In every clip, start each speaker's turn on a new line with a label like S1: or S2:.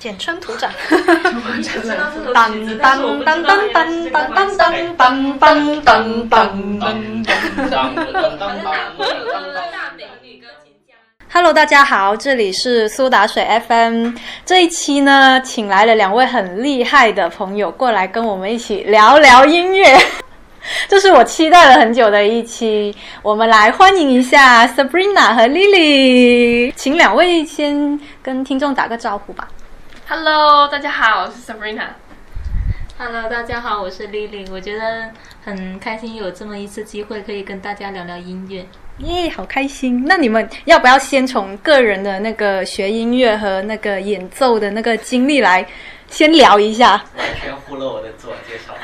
S1: 简称土 展。
S2: 我只知道这首曲子
S1: 当，
S2: 但是我
S1: 当
S2: 不知道
S1: 当当
S2: 它原是干嘛
S1: 当当
S2: 写的。
S1: 当当当当当当。
S2: 反正大部分都是大美女钢琴家。
S1: Hello，大家好，这里是苏打水 FM。这一期呢，请来了两位很厉害的朋友过来跟我们一起聊聊音乐。 这是我期待了很久的一期，我们来欢迎一下 Sabrina 和 Lily，请两位先跟听众打个招呼吧。
S3: Hello，大家好，我是 Sabrina。
S4: Hello，大家好，我是丽丽，我觉得很开心有这么一次机会可以跟大家聊聊音乐。
S1: 耶，好开心！那你们要不要先从个人的那个学音乐和那个演奏的那个经历来先聊一下？
S5: 完全忽略我的自我介绍。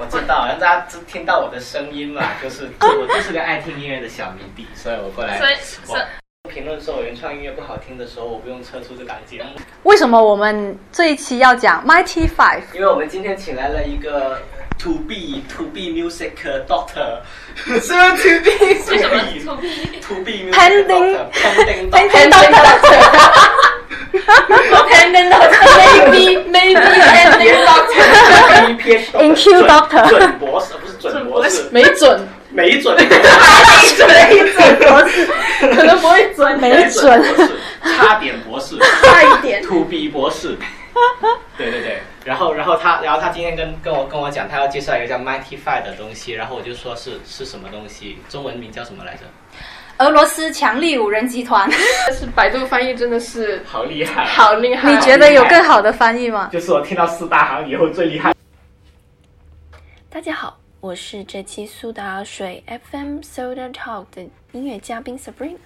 S5: 我知道，让大家只听到我的声音嘛，就是我就是个爱听音乐的小迷弟，所以我过来
S3: 所以，
S5: 我
S3: 所以
S5: 评论说我原创音乐不好听的时候，我不用撤出这档节目，
S1: 为什么我们这一期要讲 Mighty Five？
S5: 因为我们今天请来了一个 To B To B Music Doctor，是不是 To B？
S3: 为什么是 To B？
S5: To B Music
S1: Pending-
S5: Doctor Pending
S1: Pending
S5: Doctor？
S1: Pendant Doctor，Maybe Maybe Pendant Doctor。
S5: PH
S1: NQ Doctor
S5: 准博士不是准博士，
S6: 没准，
S5: 没准，没准，没准博士，
S6: 可能不会准。
S1: 没准
S5: 博士，差点博士，差一点，to B 博士。对对对，然后然后他然后他今天跟跟我跟我讲，他要介绍一个叫 Mighty Five 的东西，然后我就说是是什么东西，中文名叫什么来着？
S1: 俄罗斯强力五人集团，
S6: 但是百度翻译真的是
S5: 好厉害！
S6: 好厉害。啊
S1: 你觉得有更好的翻译吗？
S5: 就是我听到四大行以后最厉害。
S7: 大家好，我是这期苏打水 FM Soda Talk 的音乐嘉宾 Sabrina。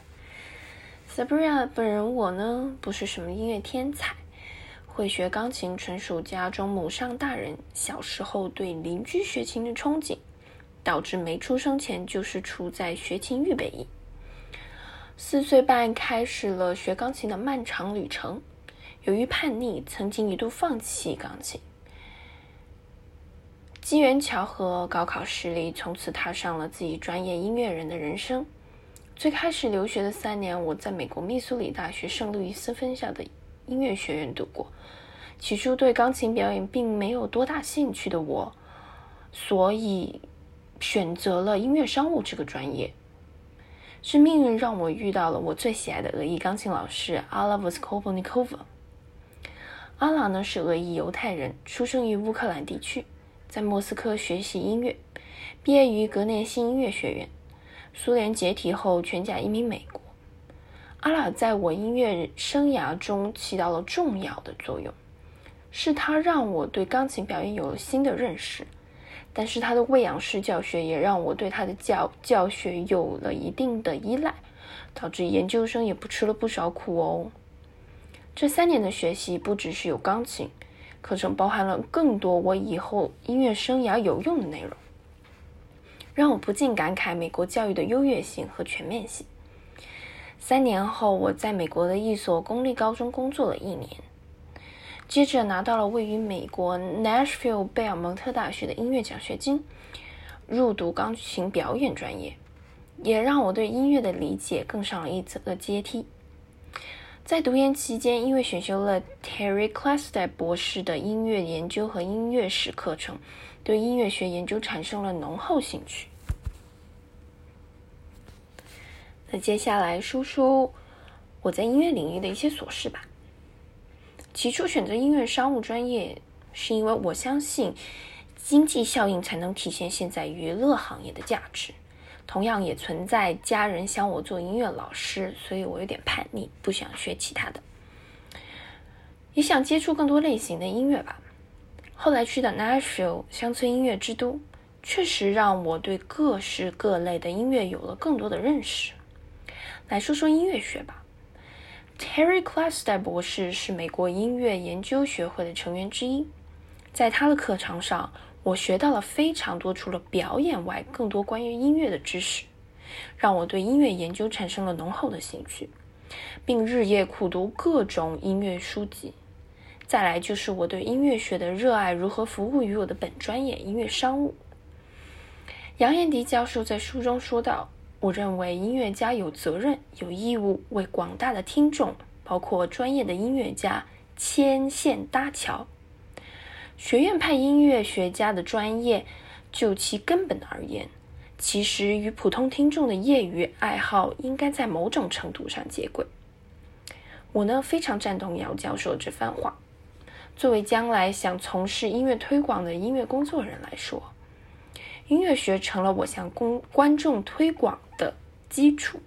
S7: Sabrina 本人我呢，不是什么音乐天才，会学钢琴纯属家中母上大人小时候对邻居学琴的憧憬，导致没出生前就是处在学琴预备役。四岁半开始了学钢琴的漫长旅程，由于叛逆，曾经一度放弃钢琴。机缘巧合，高考失利，从此踏上了自己专业音乐人的人生。最开始留学的三年，我在美国密苏里大学圣路易斯分校的音乐学院度过。起初对钢琴表演并没有多大兴趣的我，所以选择了音乐商务这个专业。是命运让我遇到了我最喜爱的俄裔钢琴老师阿拉 v 斯科 s 尼科 o 阿朗呢是俄裔犹太人，出生于乌克兰地区，在莫斯科学习音乐，毕业于格涅辛音乐学院。苏联解体后，全家移民美国。阿朗在我音乐生涯中起到了重要的作用，是他让我对钢琴表演有了新的认识，但是他的喂养式教学也让我对他的教教学有了一定的依赖，导致研究生也不吃了不少苦哦。这三年的学习不只是有钢琴，课程包含了更多我以后音乐生涯有用的内容，让我不禁感慨美国教育的优越性和全面性。三年后，我在美国的一所公立高中工作了一年，接着拿到了位于美国 Nashville 贝尔蒙特大学的音乐奖学金，入读钢琴表演专业，也让我对音乐的理解更上了一层的阶梯。在读研期间，因为选修了 Terry c l a s t e d 博士的音乐研究和音乐史课程，对音乐学研究产生了浓厚兴趣。那接下来说说我在音乐领域的一些琐事吧。起初选择音乐商务专业，是因为我相信经济效应才能体现现在娱乐行业的价值。同样也存在家人想我做音乐老师，所以我有点叛逆，不想学其他的，也想接触更多类型的音乐吧。后来去的 Nashville 乡村音乐之都，确实让我对各式各类的音乐有了更多的认识。来说说音乐学吧。Terry c l a s t e d 博士是美国音乐研究学会的成员之一，在他的课堂上，我学到了非常多除了表演外更多关于音乐的知识，让我对音乐研究产生了浓厚的兴趣，并日夜苦读各种音乐书籍。再来就是我对音乐学的热爱如何服务于我的本专业音乐商务。杨燕迪教授在书中说到：“我认为音乐家有责任、有义务为广大的听众，包括专业的音乐家、牵线搭桥。学院派音乐学家的专业，就其根本而言，其实与普通听众的业余爱好应该在某种程度上接轨。我呢非常赞同姚教授这番话。作为将来想从事音乐推广的音乐工作人来说，音乐学成了我向公观众推广的基础。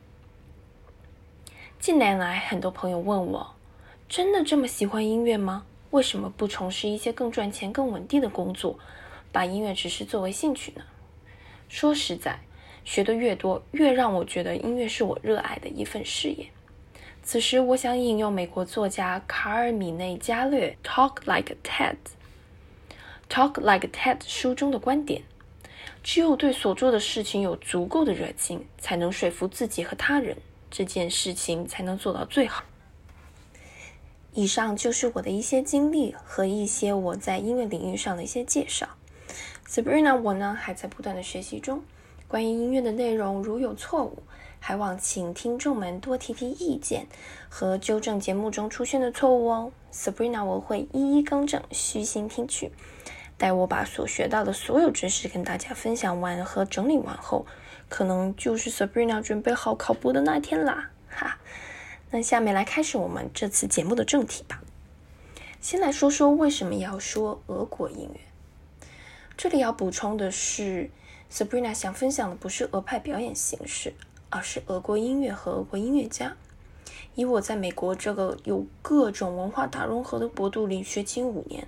S7: 近年来，很多朋友问我，真的这么喜欢音乐吗？为什么不从事一些更赚钱、更稳定的工作，把音乐只是作为兴趣呢？说实在，学的越多，越让我觉得音乐是我热爱的一份事业。此时，我想引用美国作家卡尔米内加略《Talk Like a TED》《Talk Like a TED》书中的观点：只有对所做的事情有足够的热情，才能说服自己和他人，这件事情才能做到最好。以上就是我的一些经历和一些我在音乐领域上的一些介绍。Sabrina，我呢还在不断的学习中，关于音乐的内容如有错误，还望请听众们多提提意见和纠正节目中出现的错误哦。Sabrina，我会一一更正，虚心听取。待我把所学到的所有知识跟大家分享完和整理完后，可能就是 Sabrina 准备好考博的那天啦，哈。那下面来开始我们这次节目的正题吧。先来说说为什么要说俄国音乐。这里要补充的是，Sabrina 想分享的不是俄派表演形式，而是俄国音乐和俄国音乐家。以我在美国这个有各种文化大融合的国度里学琴五年，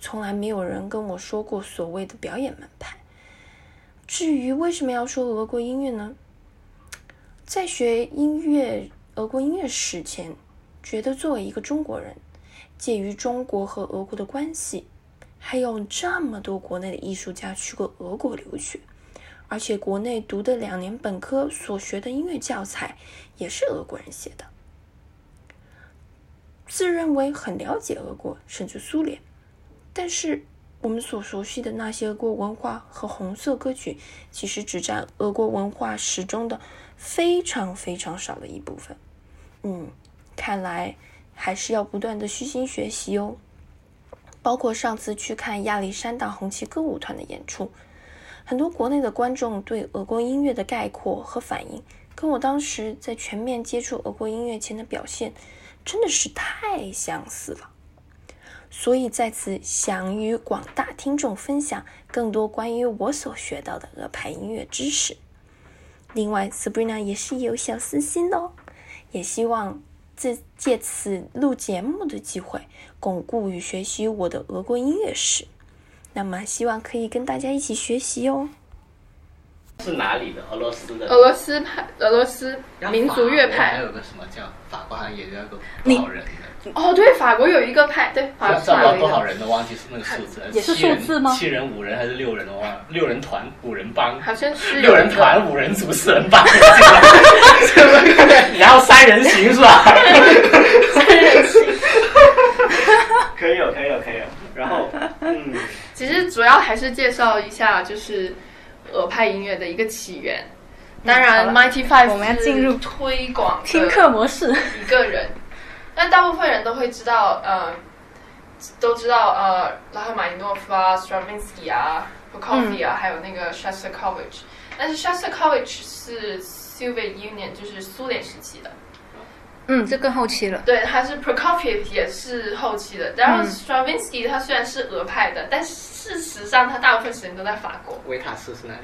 S7: 从来没有人跟我说过所谓的表演门派。至于为什么要说俄国音乐呢？在学音乐。俄国音乐史前，觉得作为一个中国人，介于中国和俄国的关系，还有这么多国内的艺术家去过俄国留学，而且国内读的两年本科所学的音乐教材也是俄国人写的，自认为很了解俄国甚至苏联，但是我们所熟悉的那些俄国文化和红色歌曲，其实只占俄国文化史中的非常非常少的一部分。嗯，看来还是要不断的虚心学习哦。包括上次去看亚历山大红旗歌舞团的演出，很多国内的观众对俄国音乐的概括和反应，跟我当时在全面接触俄国音乐前的表现，真的是太相似了。所以在此想与广大听众分享更多关于我所学到的俄派音乐知识。另外，Sabrina 也是有小私心的哦，也希望这借此录节目的机会，巩固与学习我的俄国音乐史。那么，希望可以跟大家一起学习哦。
S5: 是哪里的？俄罗斯的。
S6: 俄罗斯派，俄罗斯
S5: 然后
S6: 民族乐
S5: 法国还
S6: 派。
S5: 有个什么叫法国，好像也叫个不好人的，
S6: 哦，对，法国有一个派，对，法
S5: 叫什
S6: 法国
S5: 么
S6: 有一
S5: 不
S6: 个
S5: 好人的，忘记是那个数字，
S1: 也是
S5: 七人
S1: 数字吗
S5: 七人、五人还是六人？我忘了，六人团、五人帮。
S6: 好像是
S5: 六
S6: 有
S5: 人
S6: 一个。
S5: 团、五人组、四人帮， 然后三人行是吧？
S6: 三人行
S5: 可以有，哦可以有，可以有。然后，嗯，
S6: 其实主要还是介绍一下，就是俄派音乐的一个起源。当然
S1: 好了
S6: ，Mighty Five
S1: 我们要进入
S6: 是推广的
S1: 听课模式，
S6: 一个人，但大部分人都会知道，呃，都知道呃，拉赫玛尼诺夫啊、Stravinsky 啊、Prokofiev 啊，还有那个 Shostakovich。但是 Shostakovich 是 Soviet Union，就是苏联时期的。
S1: 嗯，这更后期了。
S6: 对，他是 Prokofiev 也是后期的。然后
S1: 嗯
S6: Stravinsky 他虽然是俄派的，但是事实上他大部分时间都在法国。
S5: 维塔斯是哪里？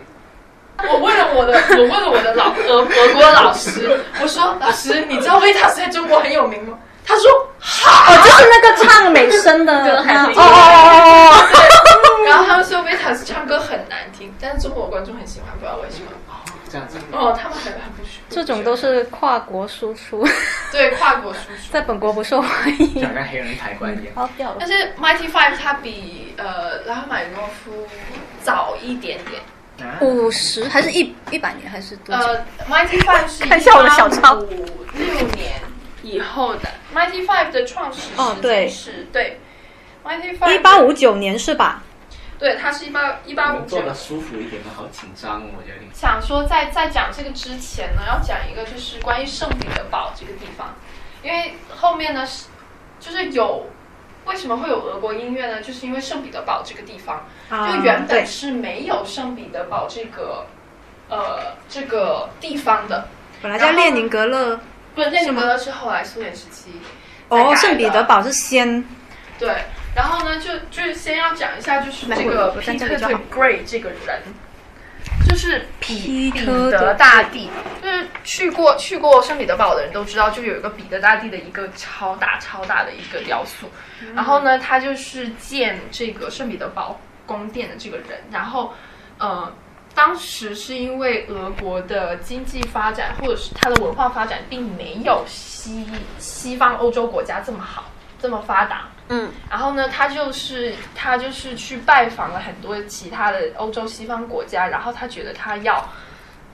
S6: 我问了我的，我问了我的老俄俄国老师，我说老师，你知道维塔斯在中国很有名吗？他说
S1: 哦，就是那个唱美声 的，
S4: 这个还是
S1: 哦哦哦哦哦，
S6: 然后他们说维塔斯唱歌很难听，但是中国观众很喜欢，不知道为什么。
S5: 这样子。
S6: 哦，他们很很不喜欢。
S1: 这种都是跨国输出，
S6: 对跨国输出。
S1: 在本国不受欢迎。
S5: 像黑人抬棺一样。
S1: 抛掉了
S6: 但。是 Mighty Five 它比呃拉赫玛尼诺夫早一点点。嗯
S1: 五十还是一一百年还是多久？
S6: 呃，Mighty Five 是
S1: 看一下我的小抄
S6: 五六年以后的 Mighty Five 的创始
S1: 哦
S6: 时
S1: 对
S6: 间是对 Mighty Five
S1: 一八五，九年是吧？
S6: 对，它是一八一八五九
S5: 坐。的舒服一点吧，好紧张哦，我觉得你们。
S6: 想说在在讲这个之前呢，要讲一个就是关于圣彼得堡这个地方，因为后面呢是就是有为什么会有俄国音乐呢？就是因为圣彼得堡这个地方，
S8: 啊
S6: 就原
S8: 对
S6: 本是没有圣彼得堡这个呃这个地方的。
S8: 本来叫列宁格勒，
S6: 不是，那
S8: 是
S6: 个
S8: 吗
S6: 歌是后来苏联时期再改
S8: 哦，
S6: 的
S8: 圣彼得堡是先
S6: 对，然后呢，就就先要讲一下，就是
S8: 来
S6: 这
S8: 我
S6: 个
S8: 我站这里
S6: Peter
S8: 就好
S6: the Great 这个人，就是彼彼
S8: Peter the
S6: 得大帝，就是去过去过圣彼得堡的人都知道，就有一个彼得大帝的一个超大超大的一个雕塑，
S8: 嗯
S6: 然后呢，他就是建这个圣彼得堡宫殿的这个人，然后，呃。当时是因为俄国的经济发展或者是它的文化发展，并没有西西方欧洲国家这么好，这么发达，然后呢，他就是他就是去拜访了很多其他的欧洲西方国家，然后他觉得他要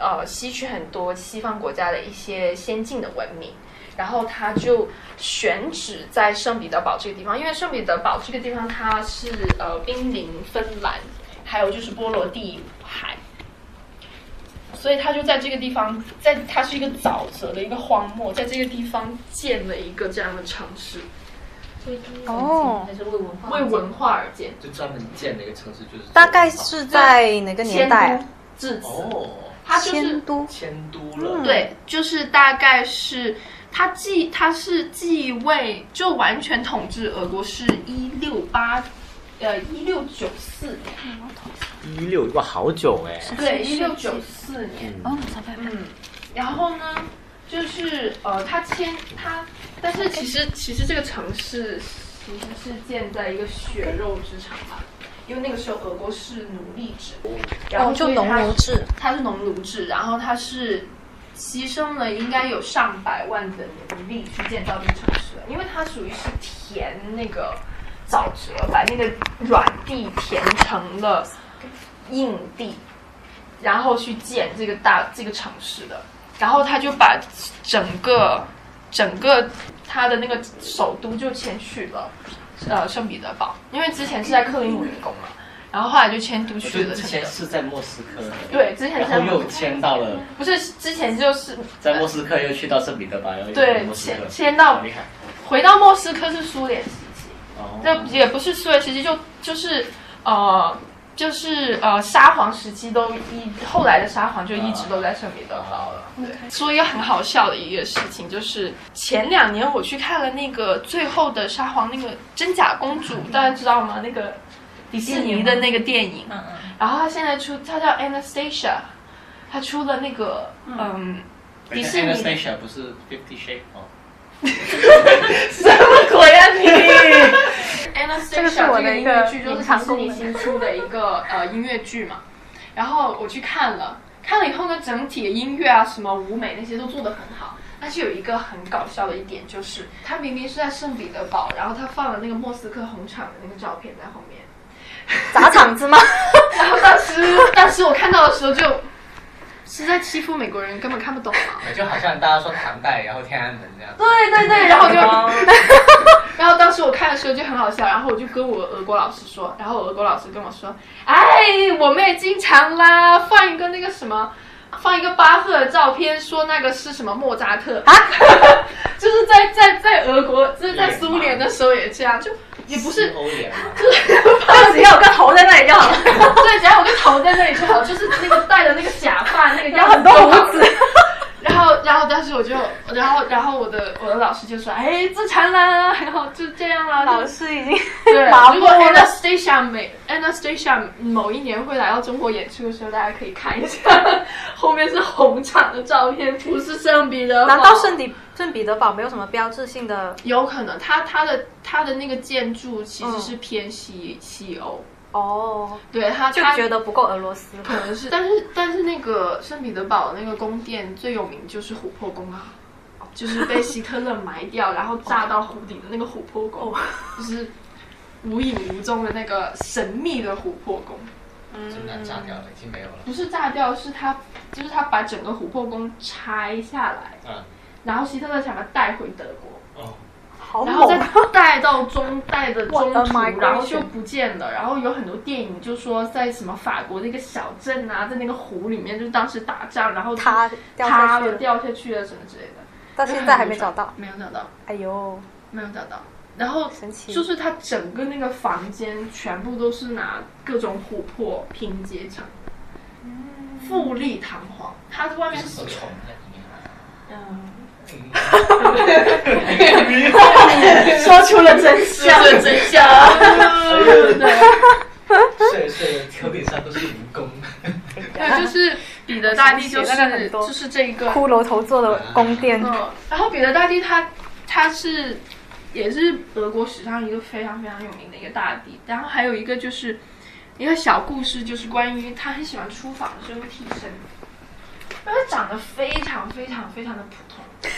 S6: 呃吸取很多西方国家的一些先进的文明，然后他就选址在圣彼得堡这个地方，因为圣彼得堡这个地方它是呃濒临芬兰，还有就是波罗的海。所以他就在这个地方，在它是一个沼泽的一个荒漠，在这个地方建了一个这样的城市，
S1: 哦
S4: 还是为文化
S6: 为文化而建。
S5: 就专门建了一个城市，就是
S1: 大概是在哪个年代啊？
S6: 至此，
S5: 哦，
S6: 它啊就
S1: 迁
S6: 是
S1: 都
S5: 迁都了，
S6: 对，就是大概是他继他是继位就完全统治俄国是一六八。呃，一六九四年，
S1: 啊
S5: 一六哇，好久哎，
S6: 对，一六九四年，
S1: 哦
S6: 嗯，然后呢，就是呃，他迁他，但是其实其实这个城市其实是建在一个血肉之城吧，因为那个时候俄国是奴隶制，然后
S1: 哦，就
S6: 所以
S1: 农
S6: 它
S1: 奴制。
S6: 他是农奴制，然后他是牺牲了应该有上百万的奴隶去建造这个城市的，因为它属于是填那个沼泽，把那个软地填成了硬地，然后去建这个大这个城市的，然后他就把整个整个他的那个首都就迁去了。呃，圣彼得堡，因为之前是在克里姆林宫嘛，然后后来就迁都
S5: 我
S6: 去
S5: 觉
S6: 了圣
S5: 得之
S6: 彼得
S5: 前
S6: 堡。
S5: 是在莫斯科，
S6: 对，之前
S5: 然
S6: 是在
S5: 后又迁到了，
S6: 不是之前就是
S5: 在莫斯科又去到圣彼得堡，又
S6: 对
S5: 莫斯科
S6: 迁迁到
S5: 好厉害，
S6: 回到莫斯科是苏联时期，
S5: 哦
S6: 但也不是苏联时期，就就是呃就是呃沙皇时期都一后来的沙皇就一直都在圣彼得
S5: 啊
S6: 堡了。对，说一个很好笑的一个事情，就是前两年我去看了那个最后的沙皇那个真假公主，
S5: 嗯
S6: 大家知道吗？那个迪士尼的那个电影，
S4: 嗯嗯，
S6: 然后她现在出，她叫 Anastasia，她出了那个嗯迪士尼
S5: Anastasia 不是 Fifty Shades 哦，
S6: 什么鬼啊你 ？Anastasia 这个是我的一个剧，就是迪士尼新出的一个呃音乐剧嘛。然后我去看了，看了以后呢，整体的音乐啊、什么舞美那些都做得很好。但是有一个很搞笑的一点，就是他明明是在圣彼得堡，然后他放了那个莫斯科红场的那个照片在后 面。
S1: 砸场子吗？
S6: 然后当时，当时我看到的时候就，是在欺负美国人，根本看不懂嘛。
S5: 就好像大家说唐代，然后天安门这样。
S6: 对对对，然后就， 然后当时我看的时候就很好笑，然后我就跟我俄国老师说，然后我俄国老师跟我说，哎，我们也经常啦，放一个那个什么，放一个巴赫的照片，说那个是什么莫扎特啊， 就是在在在俄国，就是在苏联的时候也这样，就也不是
S5: 欧联嘛，
S8: 就只要有个头在那里就好 了，
S6: 对，只要有个头在那里就好，就是那个戴的那个假发，那个
S8: 有
S6: 要
S8: 很多胡子。
S6: 然后，然后当时我就，然后，然后我的我的老师就说：“哎，自残啦，然后就这样啦。”
S8: 老师已经
S6: 对，
S8: 麻
S6: 如果
S8: 木了
S6: Anastasia 每 Anastasia 某一年会来到中国演出的时候，大家可以看一下， 后面是红场的照片，不是圣彼得堡。
S1: 难道圣彼圣彼得堡没有什么标志性的？
S6: 有可能他他的他的那个建筑其实是偏西、西欧？
S1: 哦，
S6: 对他
S1: 就
S6: 他
S1: 觉得不够俄罗斯。
S6: 可能是，但是但是那个圣彼得堡那个宫殿最有名就是琥珀宫啊，就是被希特勒埋掉，然后炸到湖底的那个琥珀宫，就是无影无踪的那个神秘的琥珀宫，
S5: 真
S1: 嗯
S5: 的炸掉了，已经没有了。
S6: 不是炸掉，是他就是他把整个琥珀宫拆下来，
S5: 嗯，
S6: 然后希特勒想把它带回德国。
S5: 哦，
S1: 好
S6: 然后再
S1: 猛！啊
S6: 带到中带的中
S1: What a
S6: 途，然后
S1: migration
S6: 就不见了。然后有很多电影就说在什么法国的一个小镇啊，在那个湖里面，就是当时打仗，然后
S1: 塌掉
S6: 塌
S1: 下去
S6: 了
S1: 了，
S6: 掉下去了什么之类的，
S1: 到现在还没找到。
S6: 没有找到，
S1: 哎呦，
S6: 没有找到。然后
S1: 神奇
S6: 就是它整个那个房间全部都是拿各种琥珀拼接成的，富丽堂皇。它外面是
S5: 虫在
S4: 嗯
S6: 说出了真相，真 相。
S5: 里面。睡睡头顶上都是蜈蚣，
S6: 对，就是彼得大帝，就
S1: 我想起那个很
S6: 是
S1: 多
S6: 就是这一个
S1: 骷髅头做的宫殿，
S6: 嗯，然后彼得大帝他他是也是俄国史上一个非常非常有名的一个大帝，然后还有一个就是一个小故事，就是关于他很喜欢出访的时候会替身，但他长得非常非常非常的普通，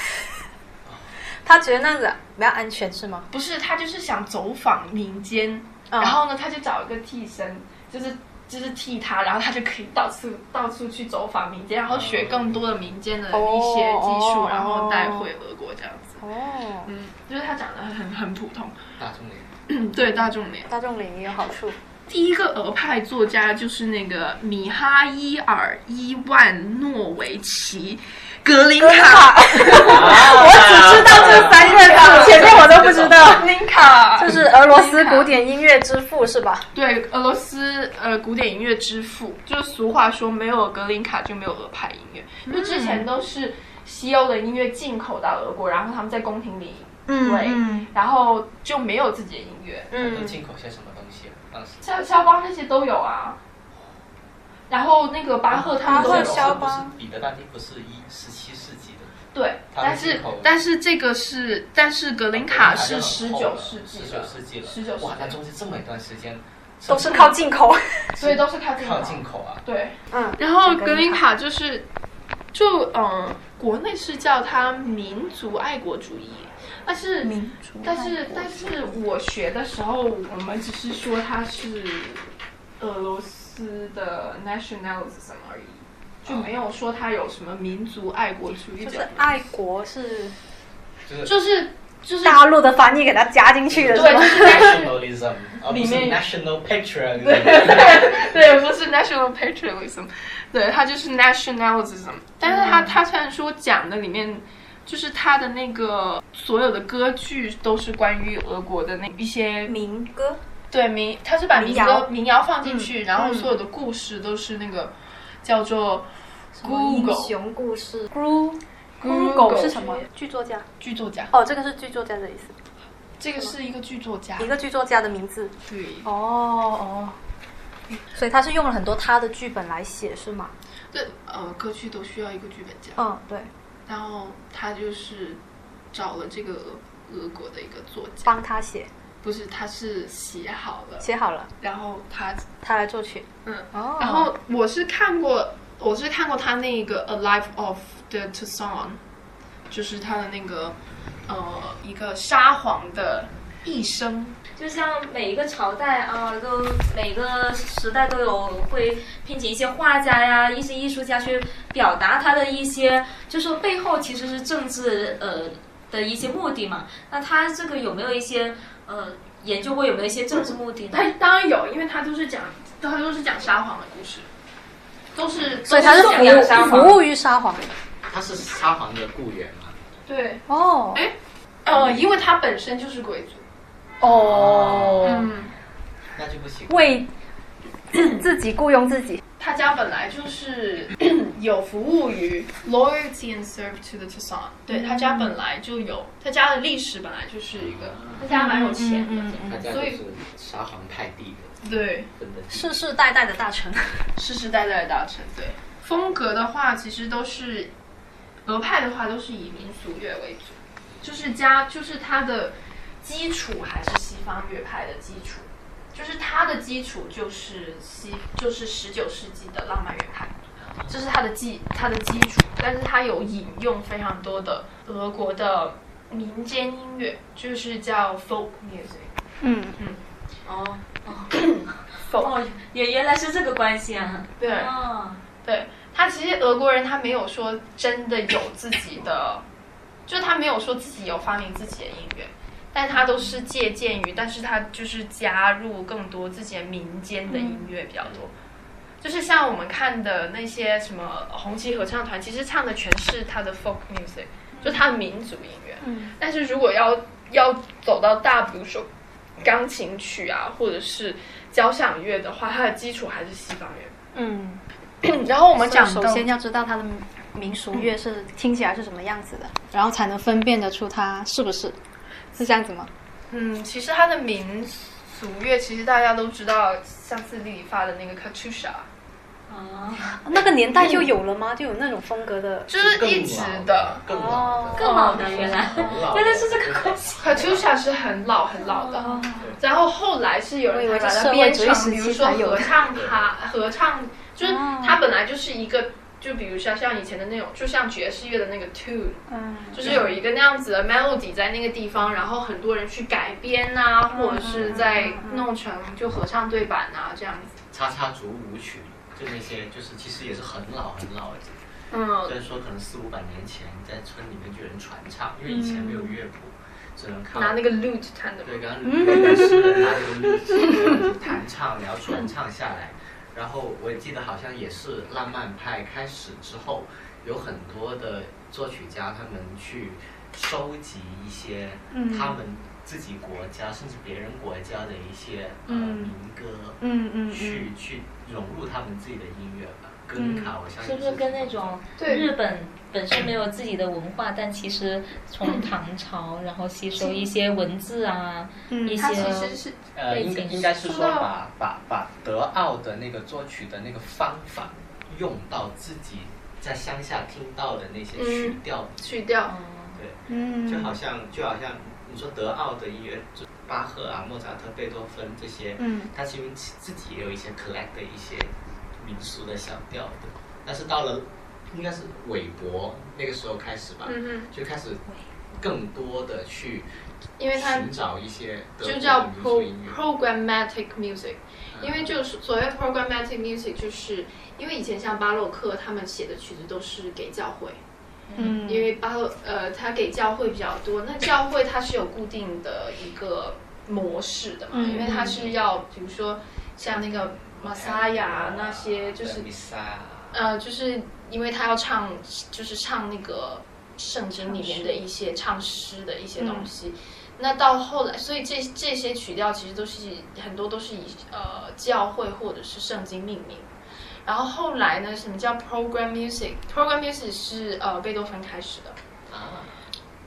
S1: 他觉得那样子比较安全是吗？
S6: 不是他就是想走访民间，
S1: 嗯
S6: 然后呢他就找一个替身，就是。就是替他，然后他就可以到处到处去走访民间，然后学更多的民间的一些技术，
S1: 哦
S6: 然后带回俄国这样子。
S1: 哦，
S6: 嗯，就是他长得很很普通，
S5: 大众脸。
S6: 对大众脸。
S1: 大众领域有好处。
S6: 第一个俄派作家就是那个米哈伊尔·伊万诺维奇·格林卡，
S5: 我
S1: 只知道这三个字，前面我都不知道。
S6: 格林卡
S1: 就是俄罗斯古典音乐之父是吧？
S6: 对俄罗斯呃古典音乐之父，就是俗话说没有格林卡就没有俄派音乐，就之前都是西欧的音乐进口到俄国，然后他们在宫廷里对
S1: 嗯
S6: 然后就没有自己的音乐，
S5: 都
S1: 嗯，
S5: 进口些什么东西啊？当时
S6: 肖肖邦那些都有啊，然后那个巴赫他们都
S1: 巴赫
S6: 有。
S1: 肖邦
S5: 不是彼得大帝不是一十七世纪的，
S6: 对，
S5: 他们
S6: 但
S5: 进
S6: 是
S5: 口
S6: 但是这个是，但是格林卡是十九世纪
S5: 十
S6: 的
S5: 九，世纪了，
S6: 19世纪
S5: 哇，那中间这么一段时间
S1: 都是靠进口。
S6: 所以都是靠近
S5: 靠进口啊，
S6: 对，
S1: 嗯，
S6: 然后格林卡就是，就嗯、呃国内是叫它民族爱国主义，但是民族，但是但是我学的时候，我们只是说它是俄罗斯的 nationalism 而已。就没有说它有什么民族爱国主义
S1: 就
S6: 者，
S1: 是啊爱国是
S5: 就是
S6: 就是就是
S1: 大陆的翻译给它加进去的，
S6: 对，
S1: 是吗？
S6: 就是 national
S5: nationalism，而不
S6: 里
S5: 是
S6: 面
S5: national patriotism。
S6: 对， 我说是 national patriotism，对，它就是 nationalism。但是
S1: 嗯
S6: 它它虽然说讲的里面，就是它的那个所有的歌剧都是关于俄国的那一些
S1: 民歌，
S6: 对民，它是把
S1: 嗯民
S6: 民
S1: 谣
S6: 歌民谣放进去，然后
S1: 嗯
S6: 所有的故事都是那个叫做
S1: 英
S6: Google
S1: 雄故事，Gru
S6: Google
S1: Google 是什么？剧作家。
S6: 剧作家，
S1: 哦，这个是剧作家的意思，
S6: 这个是一个剧作家
S1: 一，个剧作家的名字。
S6: 对，
S1: 哦哦，所以他是用了很多他的剧本来写，是吗？
S6: 对，呃，歌剧都需要一个剧本家。
S1: 嗯，对，
S6: 然后他就是找了这个俄俄国的一个作家，
S1: 帮他写，
S6: 不是，他是写好了，
S1: 写好了，
S6: 然后他，
S1: 他来作曲。
S6: 嗯，
S1: 哦，
S6: 然后我是看过，我是看过他那个《A Life of the Toussaint》，就是他的那个呃一个沙皇的一生，
S4: 就像每一个朝代啊，都每个时代都有会聘请一些画家呀、一些艺术家去表达他的一些，就说背后其实是政治呃的一些目的嘛。那他这个有没有一些呃研究过有没有一些政治目的呢？
S6: 他哎当然有，因为他都是讲，他都是讲沙皇的故事，都是，
S1: 所以他是
S6: 都
S1: 服
S6: 讲沙
S1: 务
S6: 皇，
S1: 服务于沙皇。
S5: 他是沙皇的雇员嘛？
S6: 对，
S1: 哦
S6: 哎呃，因为他本身就是贵族，
S1: 哦，
S6: 嗯。
S5: 那就不行。
S1: 为自自己雇佣自己。
S6: 他家本来就是 有服务于 loyalty and serve to the 嗯 Toussaint，对他家本来就有，他家的历史本来就是一个，他家蛮有钱的，
S5: 他家就
S6: 所以
S5: 是沙皇派弟的，
S6: 对，
S5: 真的是
S1: 世世代代的大臣，
S6: 世世代代的大臣，对。风格的话，其实都是俄派的话，都是以民俗乐为主，就是加，就是它的基础还是西方乐派的基础，就是它的基础就是西，就是十九世纪的浪漫乐派，这是它的基，它的基础，但是它有引用非常多的俄国的民间音乐，就是叫 folk music，folk
S1: 嗯，
S4: 哦哦 哦，原原来是这个关系啊！
S6: 对。
S4: 哦，
S6: 对他，其实俄国人他没有说真的有自己的，就是他没有说自己有发明自己的音乐，但他都是借鉴于，但是他就是加入更多自己的民间的音乐比较多。就是像我们看的那些什么红旗合唱
S1: 嗯
S6: 团，其实唱的全是他的 folk music，就他的民族音乐。但是如果要要走到大，比如说钢琴曲啊，或者是交响乐的话，它的基础还是西方 乐。
S1: 嗯，
S6: 然后我们讲
S1: 首
S6: 到
S1: 先要知道它的民俗乐是听起来是什么样子的，然后才能分辨得出它是不是是这样子吗？
S6: 嗯，其实它的民俗乐，其实大家都知道，上次丽丽发的那个 Katusha，
S4: 啊，
S1: 那个年代就有了吗？就有那种风格的？
S6: 就是一直的。
S5: 更老的，
S4: 更老的原来，
S5: 更老的，
S4: 原来是这个关系。
S6: Katusha 是很老很老的，然后后来是有
S1: 哦我以为
S6: 人
S1: 是
S6: 把
S1: 社
S6: 它
S1: 会
S6: 编
S1: 主义时
S6: 成，比
S1: 期
S6: 如说
S1: 才有的哦
S6: 合唱 它合唱，就是它本来就是一个，就比如说像以前的那种，就像爵士乐的那个 tune，
S1: 嗯，
S6: 就是有一个那样子的 melody 在那个地方，然后很多人去改编啊，
S1: 嗯
S6: 或者是在弄成就合唱对版啊这样子。
S5: 叉叉族舞曲，就那些，就是其实也是很老很老的。
S6: 嗯，
S5: 虽然说可能四五百年前在村里面就有人传唱，因为以前没有乐谱，只能靠
S6: 拿那个 lute 弹的。
S5: 对，刚刚律师的拿那个律师弹唱，然后传唱下来。然后我记得好像也是浪漫派开始之后，有很多的作曲家他们去收集一些他们自己国家、甚至别人国家的一些呃
S1: 嗯
S5: 民歌，
S1: 嗯嗯
S5: 去去融入他们自己的音乐吧。歌卡，我相信
S4: 是不是跟那种
S6: 对
S4: 日本本身没有自己的文化，但其实从唐朝然后吸收一些文字啊，
S1: 嗯
S4: 一
S6: 它其
S4: 些
S6: 实是
S5: 呃，应该应该是说把把把德奥的那个作曲的那个方法用到自己在乡下听到的那些曲
S6: 嗯
S5: 调，
S6: 去
S4: 嗯
S6: 掉。
S5: 就
S1: 嗯
S5: 好像就好像你说德奥的音乐，就巴赫啊、莫扎特、贝多芬这些，
S1: 嗯，
S5: 他其实自己也有一些 collect 的一些民俗的小调的，但是到了应该是韦伯那个时候开始吧，
S6: 嗯
S5: 就开始更多的去
S6: 哼，因为它
S5: 寻找一些德
S6: 就
S5: 国
S6: 叫
S5: 的民俗
S6: pro
S5: 音乐，
S6: programmatic music，
S5: 嗯
S6: 因为就是所谓 programmatic music，就是因为以前像巴洛克他们写的曲子都是给教会，
S1: 嗯
S6: 因为巴洛呃他给教会比较多，那教会它是有固定的一个模式的嘛，
S1: 嗯
S6: 因为它是要比如说像那个马萨雅那些就是
S5: 弥撒啊。
S6: 呃，就是因为他要唱，就是唱那个圣经里面的一些唱诗嗯的一些东西。那到后来，所以这这些曲调其实都是很多都是以呃教会或者是圣经命名。然后后来呢，什么叫 program music？program music 是呃贝多芬开始的。
S5: 啊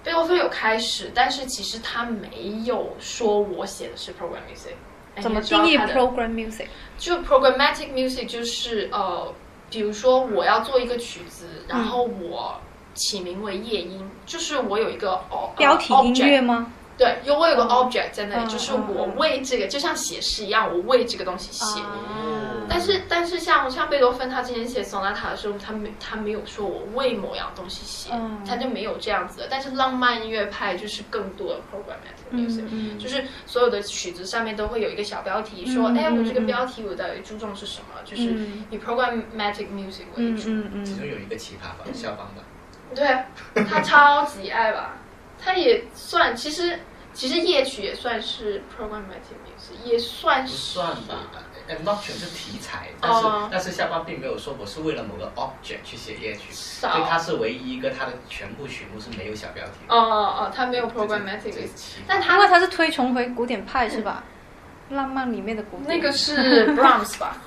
S6: 贝多芬有开始，但是其实他没有说我写的是 program music。哎
S1: 怎么
S6: 你知道
S1: 哎定义
S6: 他的
S1: program music？
S6: 就 programmatic music 就是呃，比如说我要做一个曲子，然后我起名为夜莺，就是我有一个哦
S1: 标题音乐
S6: object,
S1: 吗？
S6: 对，有我有个 object 在那里，
S1: 嗯
S6: 就是
S1: 嗯
S6: 我
S1: 嗯啊
S6: 为这个就像写诗一样，我为这个东西写。
S5: 哦
S6: 但是但是像像贝多芬他之前写 sonata 的时候，他没他没有说我为某样东西写，
S1: 嗯
S6: 他就没有这样子的。但是浪漫音乐派就是更多的 programmatic music，、
S1: 嗯
S6: 就是所有的曲子上面都会有一个小标题，说，
S1: 嗯
S6: 哎，我这个
S1: 嗯
S6: 标题我到底注重是什么？就是
S1: 嗯
S6: 以 programmatic music 为
S1: 嗯
S6: 主。
S1: 嗯
S5: 其中
S1: 嗯，
S5: 有一个奇葩吧，肖邦吧，
S6: 对，他超级爱吧，他也算，其实其实夜曲也算是 programmatic music，也算
S5: 不
S6: 是
S5: 算吧。呃 n o c t u n 是题材，但是、
S6: 哦
S5: 但是肖邦并没有说我是为了某个 object 去写夜曲，所
S6: 少
S5: 以他是唯一一个他的全部曲目是没有小标题的。
S6: 哦哦，他没有
S5: 这这
S6: programmatic
S5: 这
S6: music，
S5: 奇葩
S6: 但
S1: 因
S6: 他
S1: 为它是推崇回古典派是吧？浪漫里面的古典
S6: 那个是 Brahms 吧？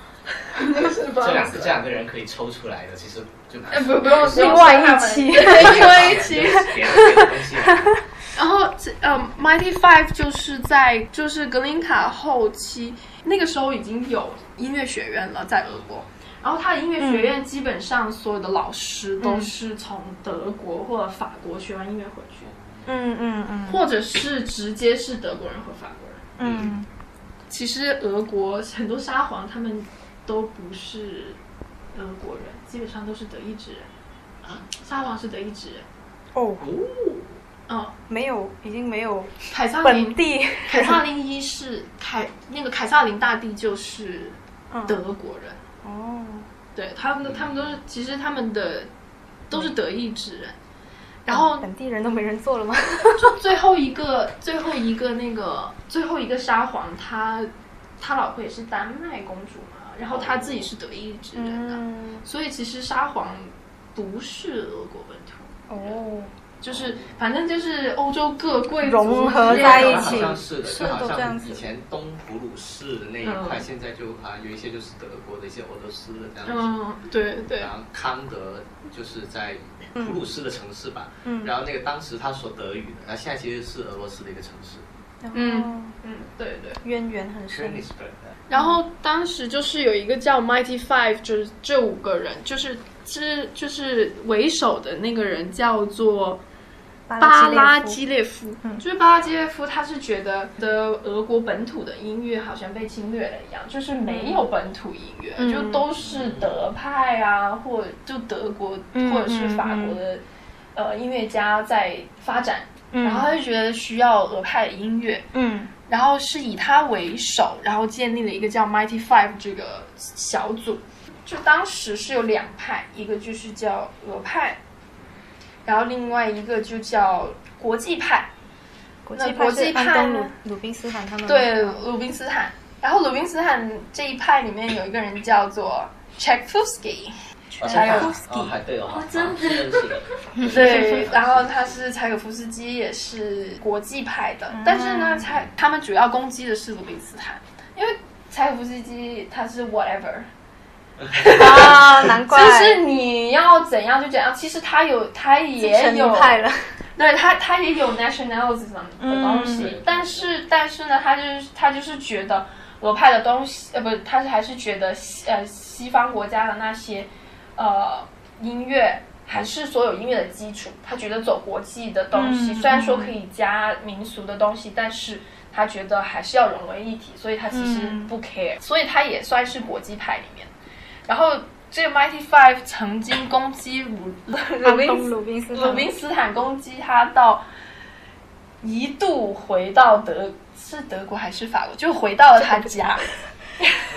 S6: 那个是 Brahms 吧。
S5: 这两个这两个人可以抽出来的，其实就
S6: 哎，不 不用
S1: 另
S6: 说，
S1: 外一期，
S6: 另外一期
S5: 别。的别的东西来。
S6: 然后这呃，Mighty Five 就是在就是格林卡后期，那个时候已经有音乐学院了，在俄国。然后他的音乐学院基本上所有的老师都是从德国或者法国学完音乐回去，
S1: 嗯嗯嗯
S6: 或者是直接是德国人和法国人。
S1: 嗯
S6: 其实俄国很多沙皇他们都不是俄国人，基本上都是德意志人。
S5: 啊，
S6: 沙皇是德意志人。
S1: 哦，
S6: 嗯，
S1: 没有，已经没有
S6: 凯撒
S1: 本
S6: 林
S1: 地
S6: 凯撒林一世，凯那个凯撒林大帝就是德国人，
S1: 嗯哦，
S6: 对他们的他们都是其实他们的都是德意志人。然后
S1: 本地人都没人做了吗？
S6: 最后一个最后一个那个最后一个沙皇，他他老婆也是丹麦公主嘛，然后他自己是德意志人啊，
S1: 嗯，
S6: 所以其实沙皇不是俄国本土。
S1: 哦，
S6: 就是反正就是欧洲各贵族
S1: 融合
S6: 之类的
S1: 在一
S5: 好
S1: 起
S5: 像是的，
S1: 是
S5: 就好
S1: 都这样
S5: 像
S1: 子
S5: 以前东普鲁士的那一块，现在就好像有一些就是德国的一些俄罗斯的这样子。
S6: 嗯，对对
S5: 然，后康德就是在普鲁士的城市吧，
S1: 嗯
S5: 然后那个当时他说德语的，然后现在其实是俄罗斯的一个城市
S6: 嗯嗯，对对。
S1: 渊源很
S5: ，Königsberg。
S1: 深。
S6: 然后当时就是有一个叫 Mighty Five，就是这五个人，就是之就是为首的那个人叫做巴拉
S1: 基
S6: 基列夫，就是巴拉基列夫，他是觉得的俄国本土的音乐好像被侵略了一样，就是没有本土音乐，
S1: 嗯
S6: 就都是德派啊，或者就德国、
S1: 嗯
S6: 或者是法国的、呃音乐家在发展，
S1: 嗯
S6: 然后他就觉得需要俄派的音乐，
S1: 嗯
S6: 然后是以他为首，然后建立了一个叫 Mighty Five 这个小组。就当时是有两派，一个就是叫俄派，然后另外一个就叫国际派，
S1: 国
S6: 那
S1: 际
S6: 国
S1: 派
S6: 际
S1: 是
S6: 派
S1: 安东
S6: 呢
S1: 鲁鲁宾斯坦他们
S6: 对，鲁宾斯坦。然后鲁宾斯坦这一派里面有一个人叫做 Chekovsky，
S5: 还有哦，还对哦，真的认识。
S6: 对，然后他是柴可夫斯基，也是国际派的，但是呢，柴他们主要攻击的是鲁宾斯坦，因为柴可夫斯基他是 whatever，
S1: 啊，难怪
S6: 就是你要怎样就怎样。其实他有，他也
S1: 成
S6: 有，
S1: 派 了，
S6: 对他他也有 nationalism 的东西，
S5: 嗯
S6: 但是但是呢，他就是他就是觉得俄派的东西，呃，不，他还是觉得西呃西方国家的那些呃音乐。还是所有音乐的基础，他觉得走国际的东西，
S1: 嗯
S6: 虽然说可以加民俗的东西，但是他觉得还是要融为一体，所以他其实
S1: 嗯
S6: 不 care，、所以他也算是国际派里面。然后这个 Mighty Five 曾经攻击鲁鲁
S1: 安
S6: 宾
S1: 东鲁宾斯
S6: 鲁
S1: 坦，
S6: 宾斯坦攻击他到一度回到德是德国还是法国，就回到了他家。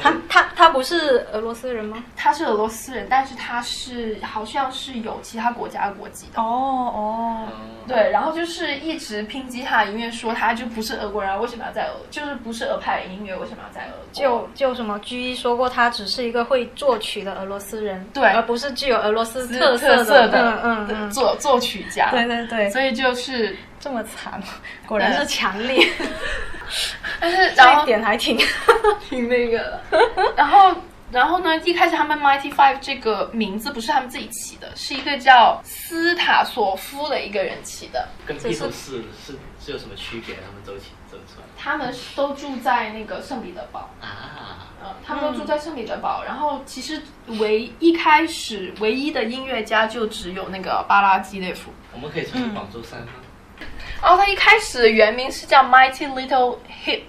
S1: 他他他不是俄罗斯人吗？
S6: 他是俄罗斯人，但是他是好像是有其他国家的国籍的。
S1: 哦哦，
S6: 对，然后就是一直抨击他的音乐，说他就不是俄国人，为什么要在俄？就是不是俄派的音乐，为什么要在俄国？
S1: 就就什么 G 一说过，他只是一个会作曲的俄罗斯人，
S6: 对
S1: 而不是具有俄罗斯
S6: 是
S1: 特
S6: 特
S1: 色
S6: 的
S1: 嗯嗯嗯，
S6: 作作曲家。
S1: 对对对，
S6: 所以就是，
S1: 这么惨，果然是强力，
S6: 但是然
S1: 这
S6: 后
S1: 一点还挺
S6: 挺那个 的。然后，然后呢？一开始他们 Mighty Five 这个名字不是他们自己起的，是一个叫斯塔索夫的一个人起的。
S5: 跟披头士是是有什么区别？他们走起走出来
S6: 他们都住在那个圣彼得堡，
S5: 啊，
S6: 嗯，他们都住在圣彼得堡。然后其实唯一开始唯一的音乐家就只有那个巴拉基列夫。
S5: 我们可以去广州山吗？
S6: 然后哦他一开始的原名是叫 Mighty Little Hip，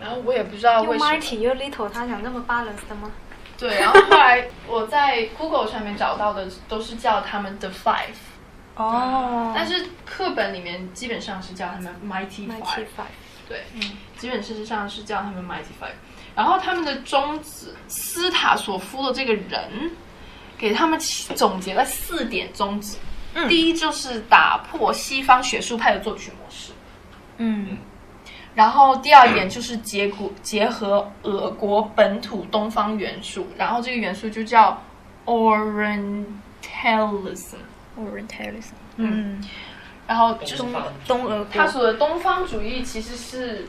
S6: 然后我也不知道
S1: 又
S6: 为什么。
S1: mighty 又 little，他想那么 balance 的吗？
S6: 对，然后后来我在 Google 上面找到的都是叫他们 The Five。
S1: 哦
S6: 但是课本里面基本上是叫他们 Mighty
S1: mighty
S6: Five，
S1: five，
S6: 对，基本事实上是叫他们 Mighty Five。然后他们的宗旨，斯塔索夫的这个人，给他们起总结了四点宗旨。
S1: 嗯
S6: 第一就是打破西方学术派的作曲模式，
S1: 嗯
S6: 然后第二点就是结果结合俄国本土东方元素，然后这个元素就叫 Orientalism，
S1: ，orientalism，嗯，
S6: 然后就是
S5: 东方
S1: 东呃俄
S6: 他
S1: 国，
S6: 说的东方主义其实是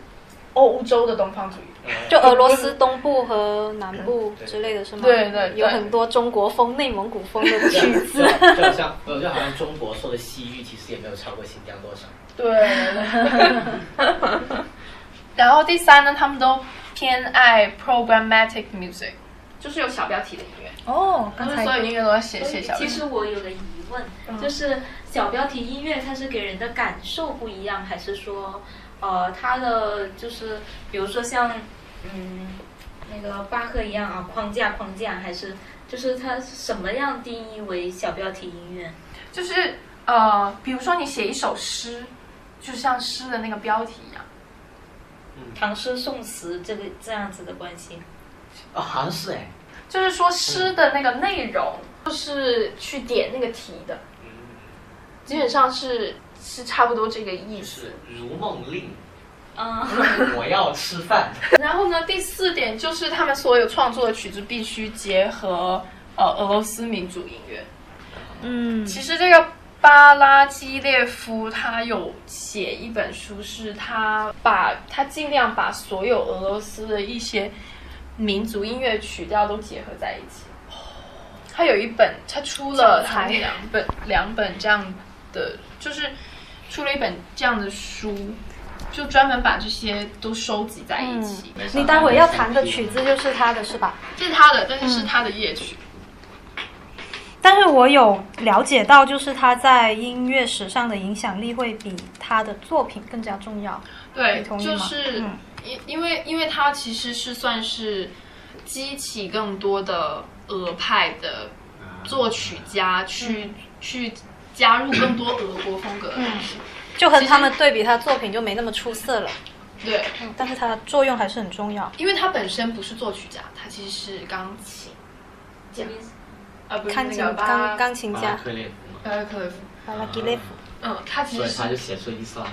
S6: 欧洲的东方主义，
S5: 嗯
S1: 就俄罗斯东部和南部之类的是吗？
S6: 对对对
S1: 有很多中国风、内蒙古风的曲子。
S5: 就好像就好像中国说的西域，其实也没有超过新疆多少。
S6: 对。然后第三呢，他们都偏爱 programmatic music，就是有小标题的音乐，
S1: 哦，
S6: 不
S1: 刚
S6: 是所有音乐都要写写小标
S4: 其
S6: 题
S4: 实。我有个疑问，就是小标题音乐它是给人的感受不一样，还是说，呃，它的就是比如说像，嗯，那个巴赫一样啊，框架框架，还是就是它什么样定义为小标题音乐？
S6: 就是呃，比如说你写一首诗，就像诗的那个标题一样，
S4: 唐诗宋词这个这样子的关系？
S5: 哦，好像是哎，
S6: 就是说诗的那个内容，就是去点那个题的，基本上是是差不多这个意思。
S5: 是《如梦 令
S4: 嗯，》，
S5: 我要吃饭。
S6: 然后呢，第四点就是他们所有创作的曲子必须结合呃俄罗斯民族音乐。
S1: 嗯
S6: 其实这个巴拉基列夫他有写一本书，是他把他尽量把所有俄罗斯的一些民族音乐曲调都结合在一起。他有一本，他出了他两本两本这样的，就是出了一本这样的书，就专门把这些都收集在一起。
S1: 你待会要弹的曲子就是他的是吧？
S6: 这是他的，但
S1: 嗯
S6: 是是他的夜曲。
S1: 但是我有了解到，就是他在音乐史上的影响力会比他的作品更加重要。
S6: 对
S1: 你，同意
S6: 就
S1: 吗
S6: 是
S1: 嗯
S6: 因因为因为它其实是算是激起更多的俄派的作曲家去、
S1: 嗯
S6: 去加入更多俄国风格的东西。
S1: 就和他们对比，他的作品就没那么出色了。
S6: 对，
S1: 嗯，但是它的作用还是很重要。
S6: 因为他本身不是作曲家，他其实是钢琴啊，不是
S1: 钢
S6: 那
S1: 琴
S6: 个巴
S1: 钢钢琴家
S5: 克列夫嘛，
S6: 巴拉克雷夫。
S1: 巴拉基列夫，
S6: 嗯，他其
S5: 所
S6: 实
S5: 以他
S6: 是
S5: 就写出伊斯兰